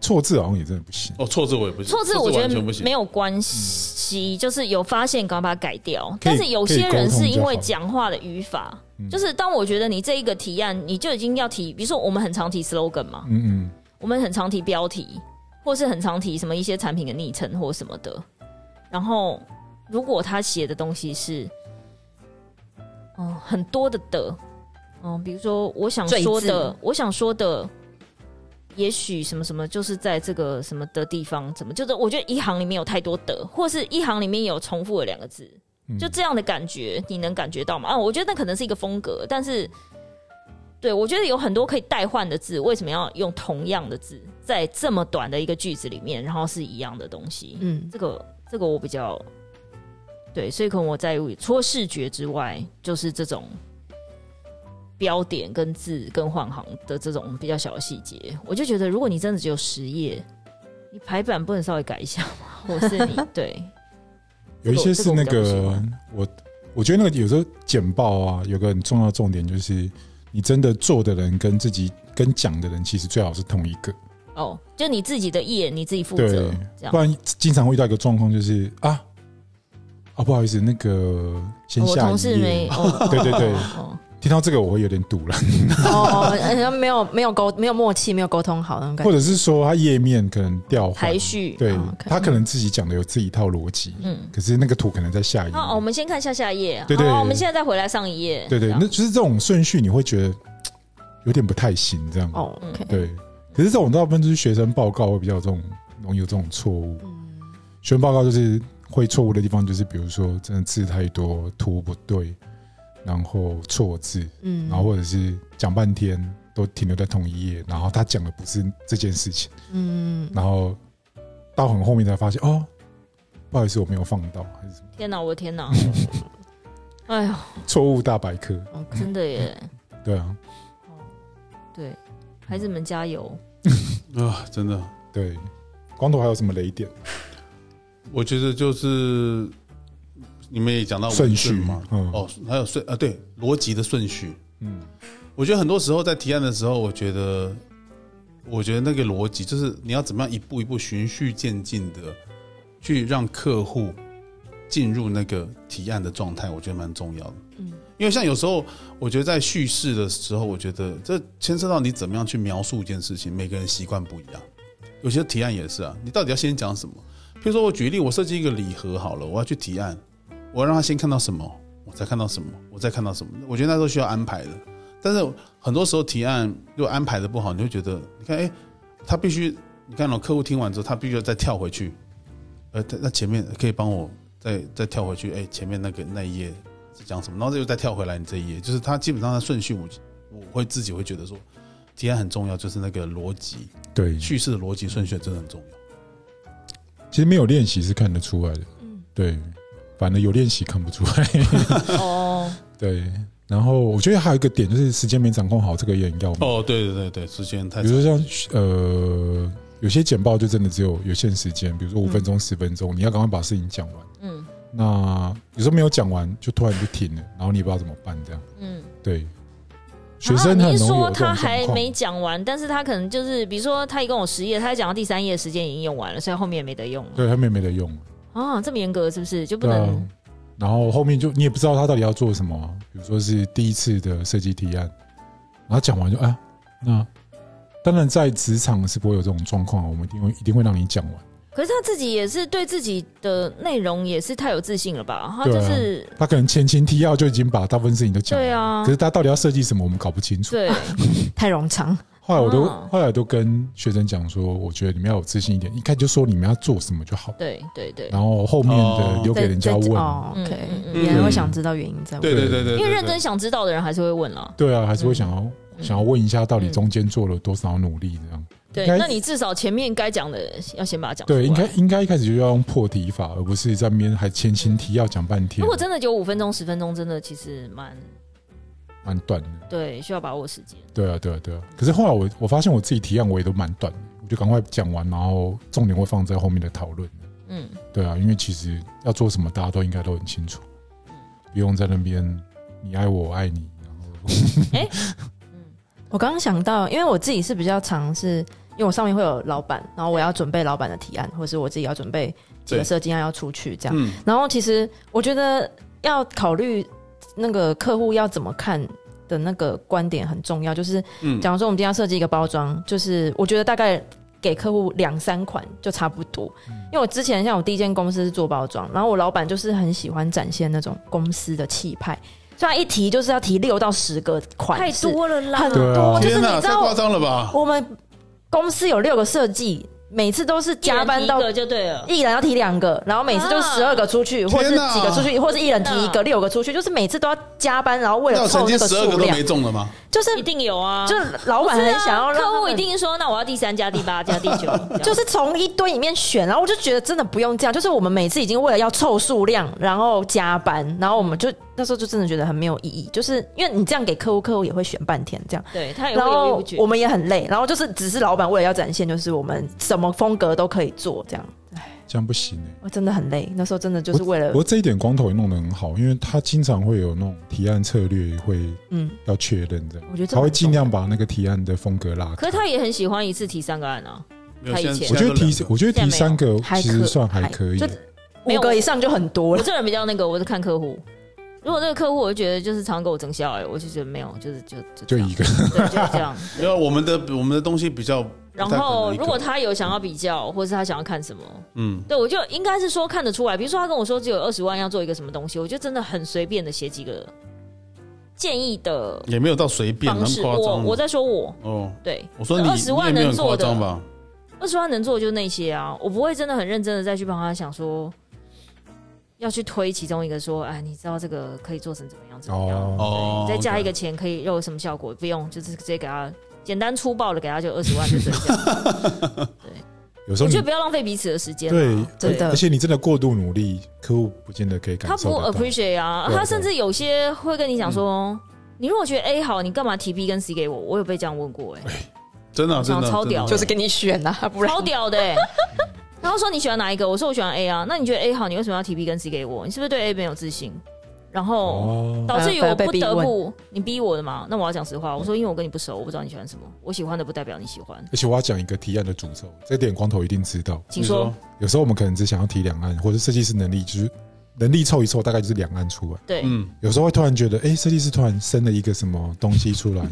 S1: 错字好像也真的不行，
S2: 哦，错字我也不行，
S4: 错字我觉
S2: 完
S4: 得
S2: 全不行
S4: 没。有关系，就是有发现赶快把它改掉。
S1: 可以
S4: 但是有些人是
S1: 可
S4: 因
S1: 以沟通
S4: 为
S1: 就好
S4: 讲话的语法
S1: 嗯，
S4: 就是当我觉得你这一个提案，你就已经要提，比如说我们很常提 slogan 嘛，
S1: 嗯嗯，
S4: 我们很常提标题，或是很常提什么一些产品的昵称或什么的。然后，如果他写的东西是，嗯，很多的的，嗯，比如说我想说
S3: 赘
S4: 的
S3: 字，
S4: 我想说的，也许什么什么，就是在这个什么的地方，怎么就是我觉得一行里面有太多的，或是一行里面有重复的两个字，
S1: 嗯
S4: 就这样的感觉，你能感觉到吗？啊，我觉得那可能是一个风格，但是，对我觉得有很多可以代换的字，为什么要用同样的字在这么短的一个句子里面，然后是一样的东西？
S3: 嗯，
S4: 这个这个我比较对，所以可能我在意除了视觉之外，就是这种标点跟字跟换行的这种比较小的细节，我就觉得如果你真的只有十页，你排版不能稍微改一下吗？或是你对
S1: 有一些是那
S4: 这个我比较不喜
S1: 个我我觉得那个有时候简报啊，有个很重要的重点就是，你真的做的人跟自己跟讲的人其实最好是同一个，
S4: 哦，就你自己的页你自己负责
S1: 对，
S4: 这样
S1: 不。然经常会遇到一个状况就是啊啊不好意思，那个先
S4: 我
S1: 下
S4: 同事
S1: 一
S4: 没
S1: 页，，(laughs)
S4: 哦
S1: 对对对
S4: 哦
S1: 听到这个我会有点
S4: (laughs)
S1: 堵了，
S3: (laughs) 哦，呃没有没有沟没有默契，没有沟通好那种感
S1: 或
S3: 觉，
S1: 者是说他页面可能调换
S4: 排，序，
S1: 对
S3: 哦，OK
S1: 他可能自己讲的有自己一套逻辑，
S4: 嗯，
S1: 可是那个图可能在下一页
S4: 好，，哦我们先看下下一页，
S1: 对对
S4: 好我们现在再回来上一页，
S1: 对对
S4: 这，样
S1: 那就是这种顺序你会觉得嘖有点不太行这样，
S3: 哦，OK，
S4: 嗯
S1: 对，可是这种大部分就是学生报告会比较有这种容易有这种错误。
S3: 嗯
S1: 学生报告就是会错误的地方，就是比如说真的字太多，图不对，然后错字，
S3: 嗯，
S1: 然后或者是讲半天都停留在同一页，然后他讲的不是这件事情，
S3: 嗯，
S1: 然后到很后面才发现哦，不好意思，我没有放到，还是什么
S4: 天哪，我的
S1: (laughs)
S4: 天哪，哎呦，
S1: 错误大百科，
S3: 哦
S4: 真的耶，
S1: 对啊，
S4: 对，孩子们
S1: (laughs)
S4: 加油，
S2: 啊，真的，
S1: 对。光头还有什么雷点？
S2: 我觉得就是你们也讲啊到文字
S1: 顺序
S2: 嘛，
S1: 嗯
S2: 哦，还有顺啊，对，逻辑的顺序。
S1: 嗯，
S2: 我觉得很多时候在提案的时候，我觉得，我觉得那个逻辑就是你要怎么样一步一步循序渐进的去让客户进入那个提案的状态，我觉得蛮重要的。嗯，因为像有时候我觉得在叙事的时候，我觉得这牵涉到你怎么样去描述一件事情，每个人习惯不一样。有些提案也是啊，你到底要先讲什么？譬如说我举例，我设计一个礼盒好了，我要去提案，我要让他先看到什么，我才看到什么，我再看到什么。我觉得那都需要安排的。但是很多时候提案如果安排的不好，你会觉得，你看，哎，他必须，你看哦，客户听完之后，他必须要再跳回去，呃，他那前面可以帮我再再跳回去，哎，前面那个那一页是讲什么，然后这又再跳回来你这一页，就是他基本上的顺序我，我会自己会觉得说，提案很重要，就是那个逻辑
S1: 对，
S2: 叙事的逻辑顺序真的很重要。
S1: 其实没有练习是看得出来的，
S2: 嗯
S1: 对，反正有练习看不出来， (laughs)
S4: 哦，
S1: 对。然后我觉得还有一个点就是时间没掌控好，这个也很要命。
S2: 哦，对对对对，时间太
S1: 比
S2: 长
S1: 如说像呃，有些简报就真的只有有限时间，比如说五分
S2: 嗯
S1: 钟、十分钟，你要赶快把事情讲完。
S4: 嗯
S1: 那有时候没有讲完，就突然就停了，然后你也不知道怎么办，这样
S4: 嗯，
S1: 对。学生
S4: 啊
S1: 很
S4: 你是
S1: 容易
S4: 说
S1: 有这
S4: 他
S1: 种
S4: 还
S1: 状况
S4: 没，讲完，但是他可能就是，比如说他一共有十页，他讲到第三页时间已经用完了，所以后面也没得用了。
S1: 对他们也没得用，
S4: 啊，这么严格是不是就不
S1: 对啊
S4: 能？。
S1: 然后后面就你也不知道他到底要做什么啊、比如说是第一次的设计提案，然后讲完就啊，那当然在职场是不会有这种状况啊，我们一定会一定会让你讲完。
S4: 可是他自己也是对自己的内容也是太有自信了吧？他
S1: 对
S4: 就
S1: 啊
S4: 是
S1: 他可能前情提要就已经把大部分事情都讲完，
S4: 对啊
S1: 可是他到底要设计什么，我们搞不清楚。
S4: 对，
S3: 太冗长，
S1: 后来我都、
S4: 嗯
S1: 后来都跟学生讲说，我觉得你们要有自信一点，一开始就说你们要做什么就好，
S4: 对对对，
S1: 然后后面
S2: 哦
S1: 的留给人家问。
S3: 哦
S4: 嗯
S3: OK，
S4: 嗯嗯
S3: 别人会
S2: 嗯
S3: 想知道原因在问。
S2: 对对对对，对
S4: 因为认真，想知道的人还是会问啦。
S1: 对啊，还是会想要、
S4: 嗯
S1: 想要问一下，到底中间做了多少努力这样。
S4: 对
S1: 应，该
S4: 那你至少前面该讲的要先把它讲出来。
S1: 对，应该应该一开始就要用破题法，而不是在面还前情提要讲半天
S4: 如，果真的就五分钟、十分钟，真的其实蛮
S1: 蛮短的。
S4: 对，需要把握时间。
S1: 对啊，对啊，对啊。可是后来我我发现我自己提案我也都蛮短的，我就赶快讲完，然后重点会放在后面的讨论。
S4: 嗯，
S1: 对啊，因为其实要做什么，大家都应该都很清楚，
S3: 嗯
S1: 不用在那边你爱我，我爱你。然后
S4: 嗯
S3: 我刚刚想到，因为我自己是比较常是，因为我上面会有老板，然后我要准备老板的提案，或是我自己要准备几个
S2: 对
S3: 设计案要出去这样。
S2: 嗯，
S3: 然后其实我觉得要考虑那个客户要怎么看的那个观点很重要，就是
S2: 嗯
S3: 假如说我们今天要设计一个包装，就是我觉得大概。给客户两三款就差不多，
S1: 嗯
S3: 因为我之前像我第一间公司是做包装，然后我老板就是很喜欢展现那种公司的气派，所以他一提就是要提六到十个款
S4: 太
S3: 式，
S4: 多了啦，
S3: 很
S1: 对啊
S3: 多，就是
S2: 天
S3: 你
S2: 哪，
S3: 知
S2: 太
S3: 道
S2: 夸张了吧？
S3: 我们公司有六个设计，每次都是加班到
S4: 一人提一个就对了。
S3: 一人要提两个，然后每次就
S4: 啊
S3: 十二个出去，或者是
S2: 天哪
S3: 几个出去，或者是一人提一
S4: 天
S3: 个
S4: 哪
S3: 六个出去，就是每次都要加班，然后为
S2: 那
S3: 了
S2: 我曾
S3: 凑
S2: 经
S3: 那个
S2: 十二个
S3: 数
S2: 都
S3: 量
S2: 没，中了吗？
S3: 就是
S4: 一定有啊，
S3: 就是老板很
S4: 是啊
S3: 想要让他
S4: 客户
S3: 们
S4: 一。定说，那我要第三家、第八家、第九，
S3: (laughs) 就
S4: 就是
S3: 从一堆里面选，然后我就觉得真的不用这样。就是我们每次已经为了要凑数量，然后加班，然后我们就那时候就真的觉得很没有意义。就是因为你这样给客户，客户也会选半天这样。
S4: 对哎他也
S3: 然
S4: 会犹豫不
S3: 后
S4: 决。
S3: 我们也很累，然后就是只是老板为了要展现，就是我们什么风格都可以做这样。
S1: 这样不行哎、
S3: 我真的很累，那时候真的就是为
S1: 不
S3: 了
S1: 过这一点光头也弄得很好，因为他经常会有那种提案策略会
S3: 嗯，
S1: 要确认这样，
S3: 我觉得这
S1: 他会
S3: 蛮
S1: 尽量把那个提案的风格拉
S4: 可
S1: 开
S4: 是。他也很喜欢一次提三个案啊，
S2: 没有
S4: 他以
S2: 现在
S4: 前
S1: 我觉得
S2: 现在都两
S1: 提
S2: 个
S1: 我觉得提三个
S3: 还
S1: 其实算还可以
S3: 就，五
S4: 没有
S3: 个以上就很多
S4: 我
S3: 了。
S4: 这人比较那个，我是看客户。如果那个客户，我就觉得就是常跟我争笑哎，我就觉得没有，就是就就
S1: 就
S4: 这样
S1: 一个。 (laughs)
S4: 对，就
S2: (laughs)
S4: 是这样。
S2: 没有我们的我们的东西比较不太
S4: 然
S2: 可能一个，
S4: 后如果他有想要比较，或是他想要看什么，
S2: 嗯
S4: 对我就应该是说看得出来。比如说他跟我说只有二十万要做一个什么东西，我就真的很随便的写几个建议的
S2: 也没有到随便那
S4: 方
S2: 么
S4: 式。
S2: 夸
S4: 我
S2: 张
S4: 我在说我
S2: 哦，
S4: 对
S2: 我说你
S4: 二十万
S2: 你也没有
S4: 能
S2: 很
S4: 做
S2: 夸张
S4: 的，
S2: 吧？
S4: 二十万能做的就那些啊，我不会真的很认真的再去帮他想说。要去推其中一个说，哎，你知道这个可以做成怎么样怎么样？
S1: 哦
S2: 哦，
S4: 再加一个钱可以又有什么效果？不用，就是直接给他简单粗暴的给他就二
S1: (laughs)
S4: 十万就这样。
S1: 有时
S4: 我
S1: 候你
S4: 觉得不要浪费彼此的时间
S1: 对
S4: 啊。
S3: 真的
S1: 而且你真的过度努力，客户不见得可以感
S4: 他
S1: 受
S4: 不
S1: 得到。
S4: appreciate 啊，
S1: 对嗯
S4: 他甚至有些会跟你讲说。你如果觉得 A 好，你干嘛提 B 跟 C 给我？我有被这样
S1: (laughs)
S4: 问过哎、
S2: 真的啊
S4: 我
S2: 真
S4: 想
S2: 的
S4: 超
S2: 真的
S4: 屌的
S3: 就是给你选啊，不然
S4: 超
S1: (laughs)
S4: 屌的、欸。然后说你喜欢哪一个？我说我喜欢 A 啊。那你觉得 A 好，你为什么要提 B 跟 C 给我？你是不是对 A 没有自信？然后
S1: 哦，
S4: 导致于我不
S3: 被逼
S4: 得不
S3: 问
S4: 你逼我的嘛？那我要讲实话，我说因为我跟你不熟，我不知道你喜欢什么，我喜欢的不代表你喜欢。
S1: 而且我要讲一个提案的诅咒，这点光头一定知道。
S4: 请说，
S1: 有时候我们可能只想要提两案，或者设计师能力就是能力凑一凑，大概就是两案出来。
S4: 对，
S2: 嗯，
S1: 有时候会突然觉得，哎、设计师突然生了一个什么东西出来，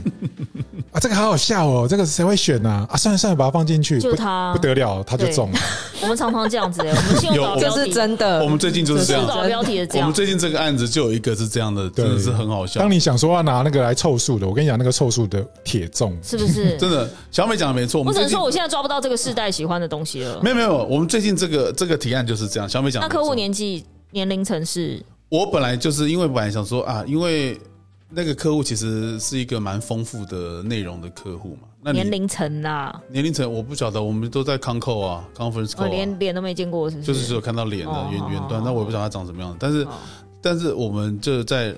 S1: 啊，这个好好笑哦，这个谁会选啊？啊，算了算了，把它放进去，
S4: 就
S1: 不
S4: 他
S1: 不，得了，他就
S4: 对
S1: 中了。
S4: 我们常常这样子、欸，我们信用
S2: 有
S4: 卡
S2: 我
S3: 这
S4: 标
S3: 是
S4: 题，
S3: 真的。
S2: 我们最近就是这
S4: 信
S2: 样
S4: 用卡标题是这
S2: 我
S4: 样
S2: 们。最近这个案子就有一个是这样的，
S1: 对
S2: 真的是很好笑。
S1: 当你想说要拿那个来凑数的，我跟你讲，那个凑数的铁中，
S4: 是不是？
S2: 真的，小美讲的没错，我
S4: 我
S2: 们
S4: 只
S2: 最
S4: 能
S2: 近
S4: 说我现在抓不到这个世代喜欢的东西了。
S2: 没有没有，我们最近这个这个提案就是这样。小美讲
S4: 那
S2: 的没
S4: 客
S2: 错，
S4: 户年纪年龄层是
S2: 我本来就是因为本来想说啊，因为那个客户其实是一个蛮丰富的内容的客户嘛，那你
S4: 年龄层啦，
S2: 年龄层我不晓得，我们都在 con call 啊，conference call，、
S4: 我
S2: 啊
S4: 哦连脸都没见过，是不
S2: 就是只有看到脸的
S4: 哦
S2: 远远端，那我也不晓得他长什么样子。但是
S4: 哦
S2: 但是我们就在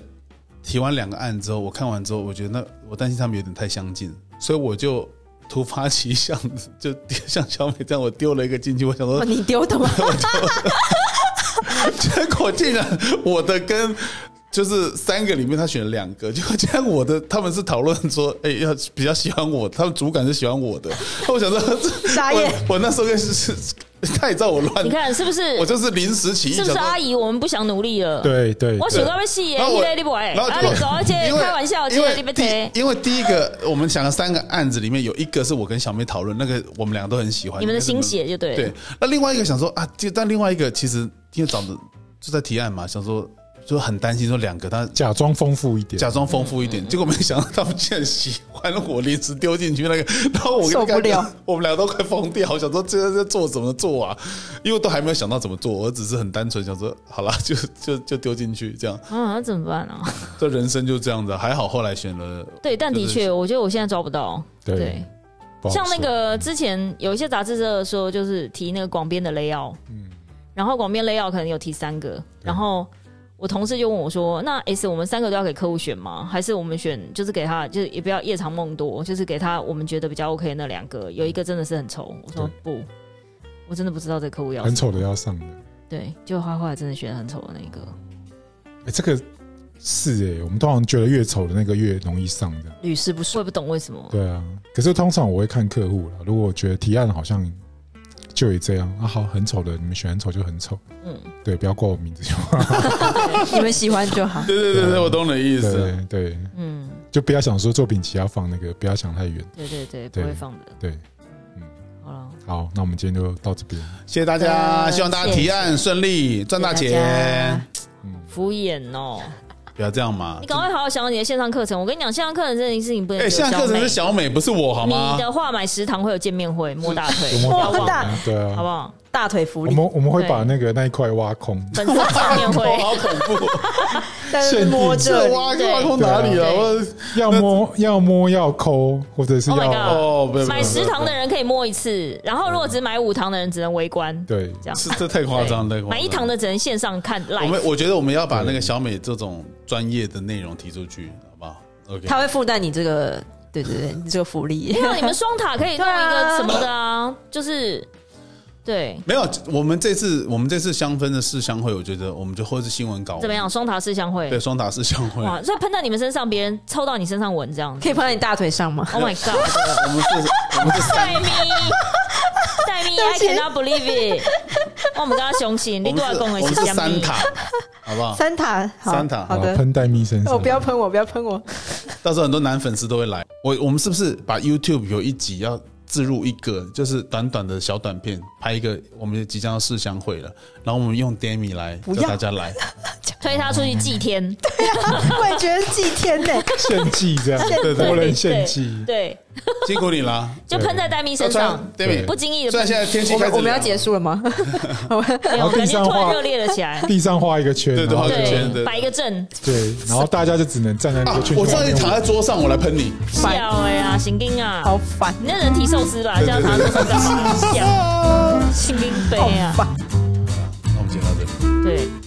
S2: 提完两个案之后，我看完之后，我觉得那我担心他们有点太相近，所以我就突发奇想，就像小美这样，我丢了一个进去，我想说
S3: 哦你丢的 (laughs) 吗？
S2: (laughs) 结果竟然我的跟就是三个里面他选了两个，结果竟然我的他们是讨论说，哎、要比较喜欢我，他们主管是喜欢我的。那我想说，
S3: 傻眼
S2: 我我那时候跟是是， (laughs) 他也知道我乱
S4: 你，看是不是
S2: 我？就是临时起意
S4: 是
S2: 想
S4: 不是
S2: 说。
S4: 阿姨？我们不想努力了。，
S1: 对对，
S4: 我喜
S1: 对
S4: 欢被戏耶，
S2: 然后
S4: 一
S2: 我
S4: 类你不爱，
S2: 然后
S4: 啊
S2: 结果
S4: 你走而且
S2: 因为
S4: 开玩笑，
S2: 因
S4: 接
S2: 为
S4: 你被贴。
S2: 第因为第一个我们想了三个案子里面有一个是我跟小妹讨论，那个我们两个都很喜欢，
S4: 你们
S2: 那
S4: 的
S2: 个是
S4: 心血就对了
S2: 对，那另外一个想说啊，就但另外一个其实因为长得就在提案嘛，想说就很担心说两个他
S1: 假装丰富一点，
S2: 假装丰富一点，结果没想到他们竟然喜欢我临时丢进去 (laughs) 那个，然后我跟
S3: 受不了，
S2: (laughs) 我们俩都快疯掉，想说这这做怎么做啊？因为都还没有想到怎么做，我只是很单纯想说，好啦，就就就丢进去这样，
S4: 嗯，那怎么办啊？
S2: 这人生就这样子。啊还好后来选了，
S4: 对，但的
S2: 就
S4: 确，
S2: 是
S4: 我觉得我现在抓不到。对，，
S1: 不好
S4: 像那
S1: 说
S4: 个之前有一些杂志社的时候，就是提那个广编的 layout，
S1: 嗯
S4: 然后广编 layout 可能有提三个，然后我同事就问我说：“那 S 我们三个都要给客户选吗？还是我们选就是给他，就是也不要夜长梦多，就是给他我们觉得比较 OK 的那两个，有一个真的是很丑。”我说：“不，我真的不知道这个客户要什
S1: 很
S4: 么
S1: 丑的要上的。
S4: 对，就花花真的选很丑的那个
S1: 哎，这个是哎，我们通常觉得越丑的那个越容易上的。
S4: 屡试不爽，我也不懂为什么。
S1: 对啊，可是通常我会看客户了。如果我觉得提案好像就也这样啊，好，很丑的，你们选很丑就很丑，
S4: 嗯，
S1: 对，不要挂我名字就好。
S3: 你们喜欢就好。
S2: 对对对对，我懂你的意思。
S1: 对对，
S4: 嗯，
S1: 就不要想说作品集要放那个，不要想太远。
S4: 对对对，不
S1: 对
S4: 会放的。
S1: 对，
S4: 好了，
S1: 好，那我们今天就到这边。
S2: 谢谢大家，
S4: 呃
S2: 希望大家提案顺利，赚大
S4: 谢谢大
S2: 钱
S4: 家。
S1: 嗯，
S4: 敷衍哦！
S2: 不要这样嘛
S4: 你！赶快好好想想你的线上课程。我跟你讲，线上课程这件事情不能
S2: 哎，
S4: 留
S2: 现在课程
S4: 美
S2: 是小美，不是我好吗
S4: 你？的话买食堂会有见面会，摸大腿，
S1: 摸
S4: 不要忘
S3: 大
S4: 了，
S3: 腿
S1: 对啊
S4: 好不，好？
S3: 大腿福
S1: 我
S3: 利，
S1: 们我们会
S4: 对
S1: 把那个那一块挖
S4: (laughs)
S1: 空。
S4: 粉丝见面
S2: 哦 (laughs)
S4: 会，
S2: 好恐
S4: (laughs)
S2: 怖！
S3: 但
S1: 限
S3: 是
S1: 定
S3: 摸这
S2: 这
S3: 里，
S2: 挖
S4: 对
S2: 挖空哪里啊？
S4: 对
S2: 我
S1: 要摸要摸要抠，或者是
S4: Oh my
S1: 要
S4: God
S2: 哦，不要不要不要
S4: 买十堂的人可以摸一次，然后如果只买五堂的人只能围观，
S1: 对
S4: 这样
S2: 是这太夸张，太夸张。
S4: 买一堂的只能线上看
S2: 我
S4: live。
S2: 们我觉得我们要把那个小美这种专业的内容提出去，好不好？OK，
S3: 他会附带你这个，对对对，你这个福利。
S4: 没有啊你们双塔可以弄一
S3: 对
S4: 个
S3: 啊
S4: 什么的啊？就是对，
S2: 没有，我们这次我们这次香氛的试香会，我觉得我们就或是新闻稿
S4: 怎么？样？双塔试香会
S2: 对，，双打试香会，
S4: 哇！所以喷在你们身上，别人抽到你身上闻这样子。
S3: 可以放在你大腿上吗？
S4: Oh my god！
S2: 我们是，我们是三，
S4: 戴
S2: (laughs)
S4: 咪，戴咪，I cannot believe it！哇我们刚刚雄心，
S2: 我们
S4: 你多少
S2: 是，
S4: 公
S2: 我
S4: 了？
S2: 们
S4: 是
S2: 是
S4: 香咪
S2: 三塔，好不好？
S3: 三塔，好
S2: 三塔
S3: 好
S1: 啊
S3: 的。
S1: 喷戴咪身上。
S3: 哦，不要喷我，不要喷 (laughs) 我。
S2: 到时候很多男粉丝都会来。我我们是不是把 YouTube 有一集要置入一个，就是短短的小短片，拍一个我们即将要试香会了，然后我们用 Demi 来
S3: 不
S2: 叫
S3: 要
S2: 大家来，
S4: 推他出去祭天，
S3: 我也觉得祭天 (laughs) 呢，
S1: 献祭这样，
S2: 对对
S1: 多人献祭。
S4: 对，
S2: 辛苦你啦。
S4: 就喷在戴咪身
S2: 啊穿
S4: 上，
S2: Demi，
S4: 不经意的
S2: 虽然现在天气
S3: 我
S2: 开始凉，
S3: 们我们要结束了吗？
S4: 没有，
S1: 然后
S4: 感
S1: 地
S4: 觉
S1: 上
S4: 突然
S1: 画
S4: 热烈了
S1: (laughs)
S4: 起来。
S1: 地上画一个圈，
S2: 对对
S1: 然后
S2: 画一个圈
S4: 对，摆一个阵，
S1: 对，然后大家就只能站在那
S2: 啊
S1: 个圈圈！
S2: 我
S1: 外面
S2: 上
S1: 玩。
S2: 次躺在桌上，我来喷你。
S4: 笑哎呀，行丁
S3: (laughs)
S4: 啊，
S3: 好烦，
S4: 你那人体寿司吧，这样拿出手上，笑，行丁杯啊，
S3: 烦。
S2: 那我们先到这里。
S4: 对。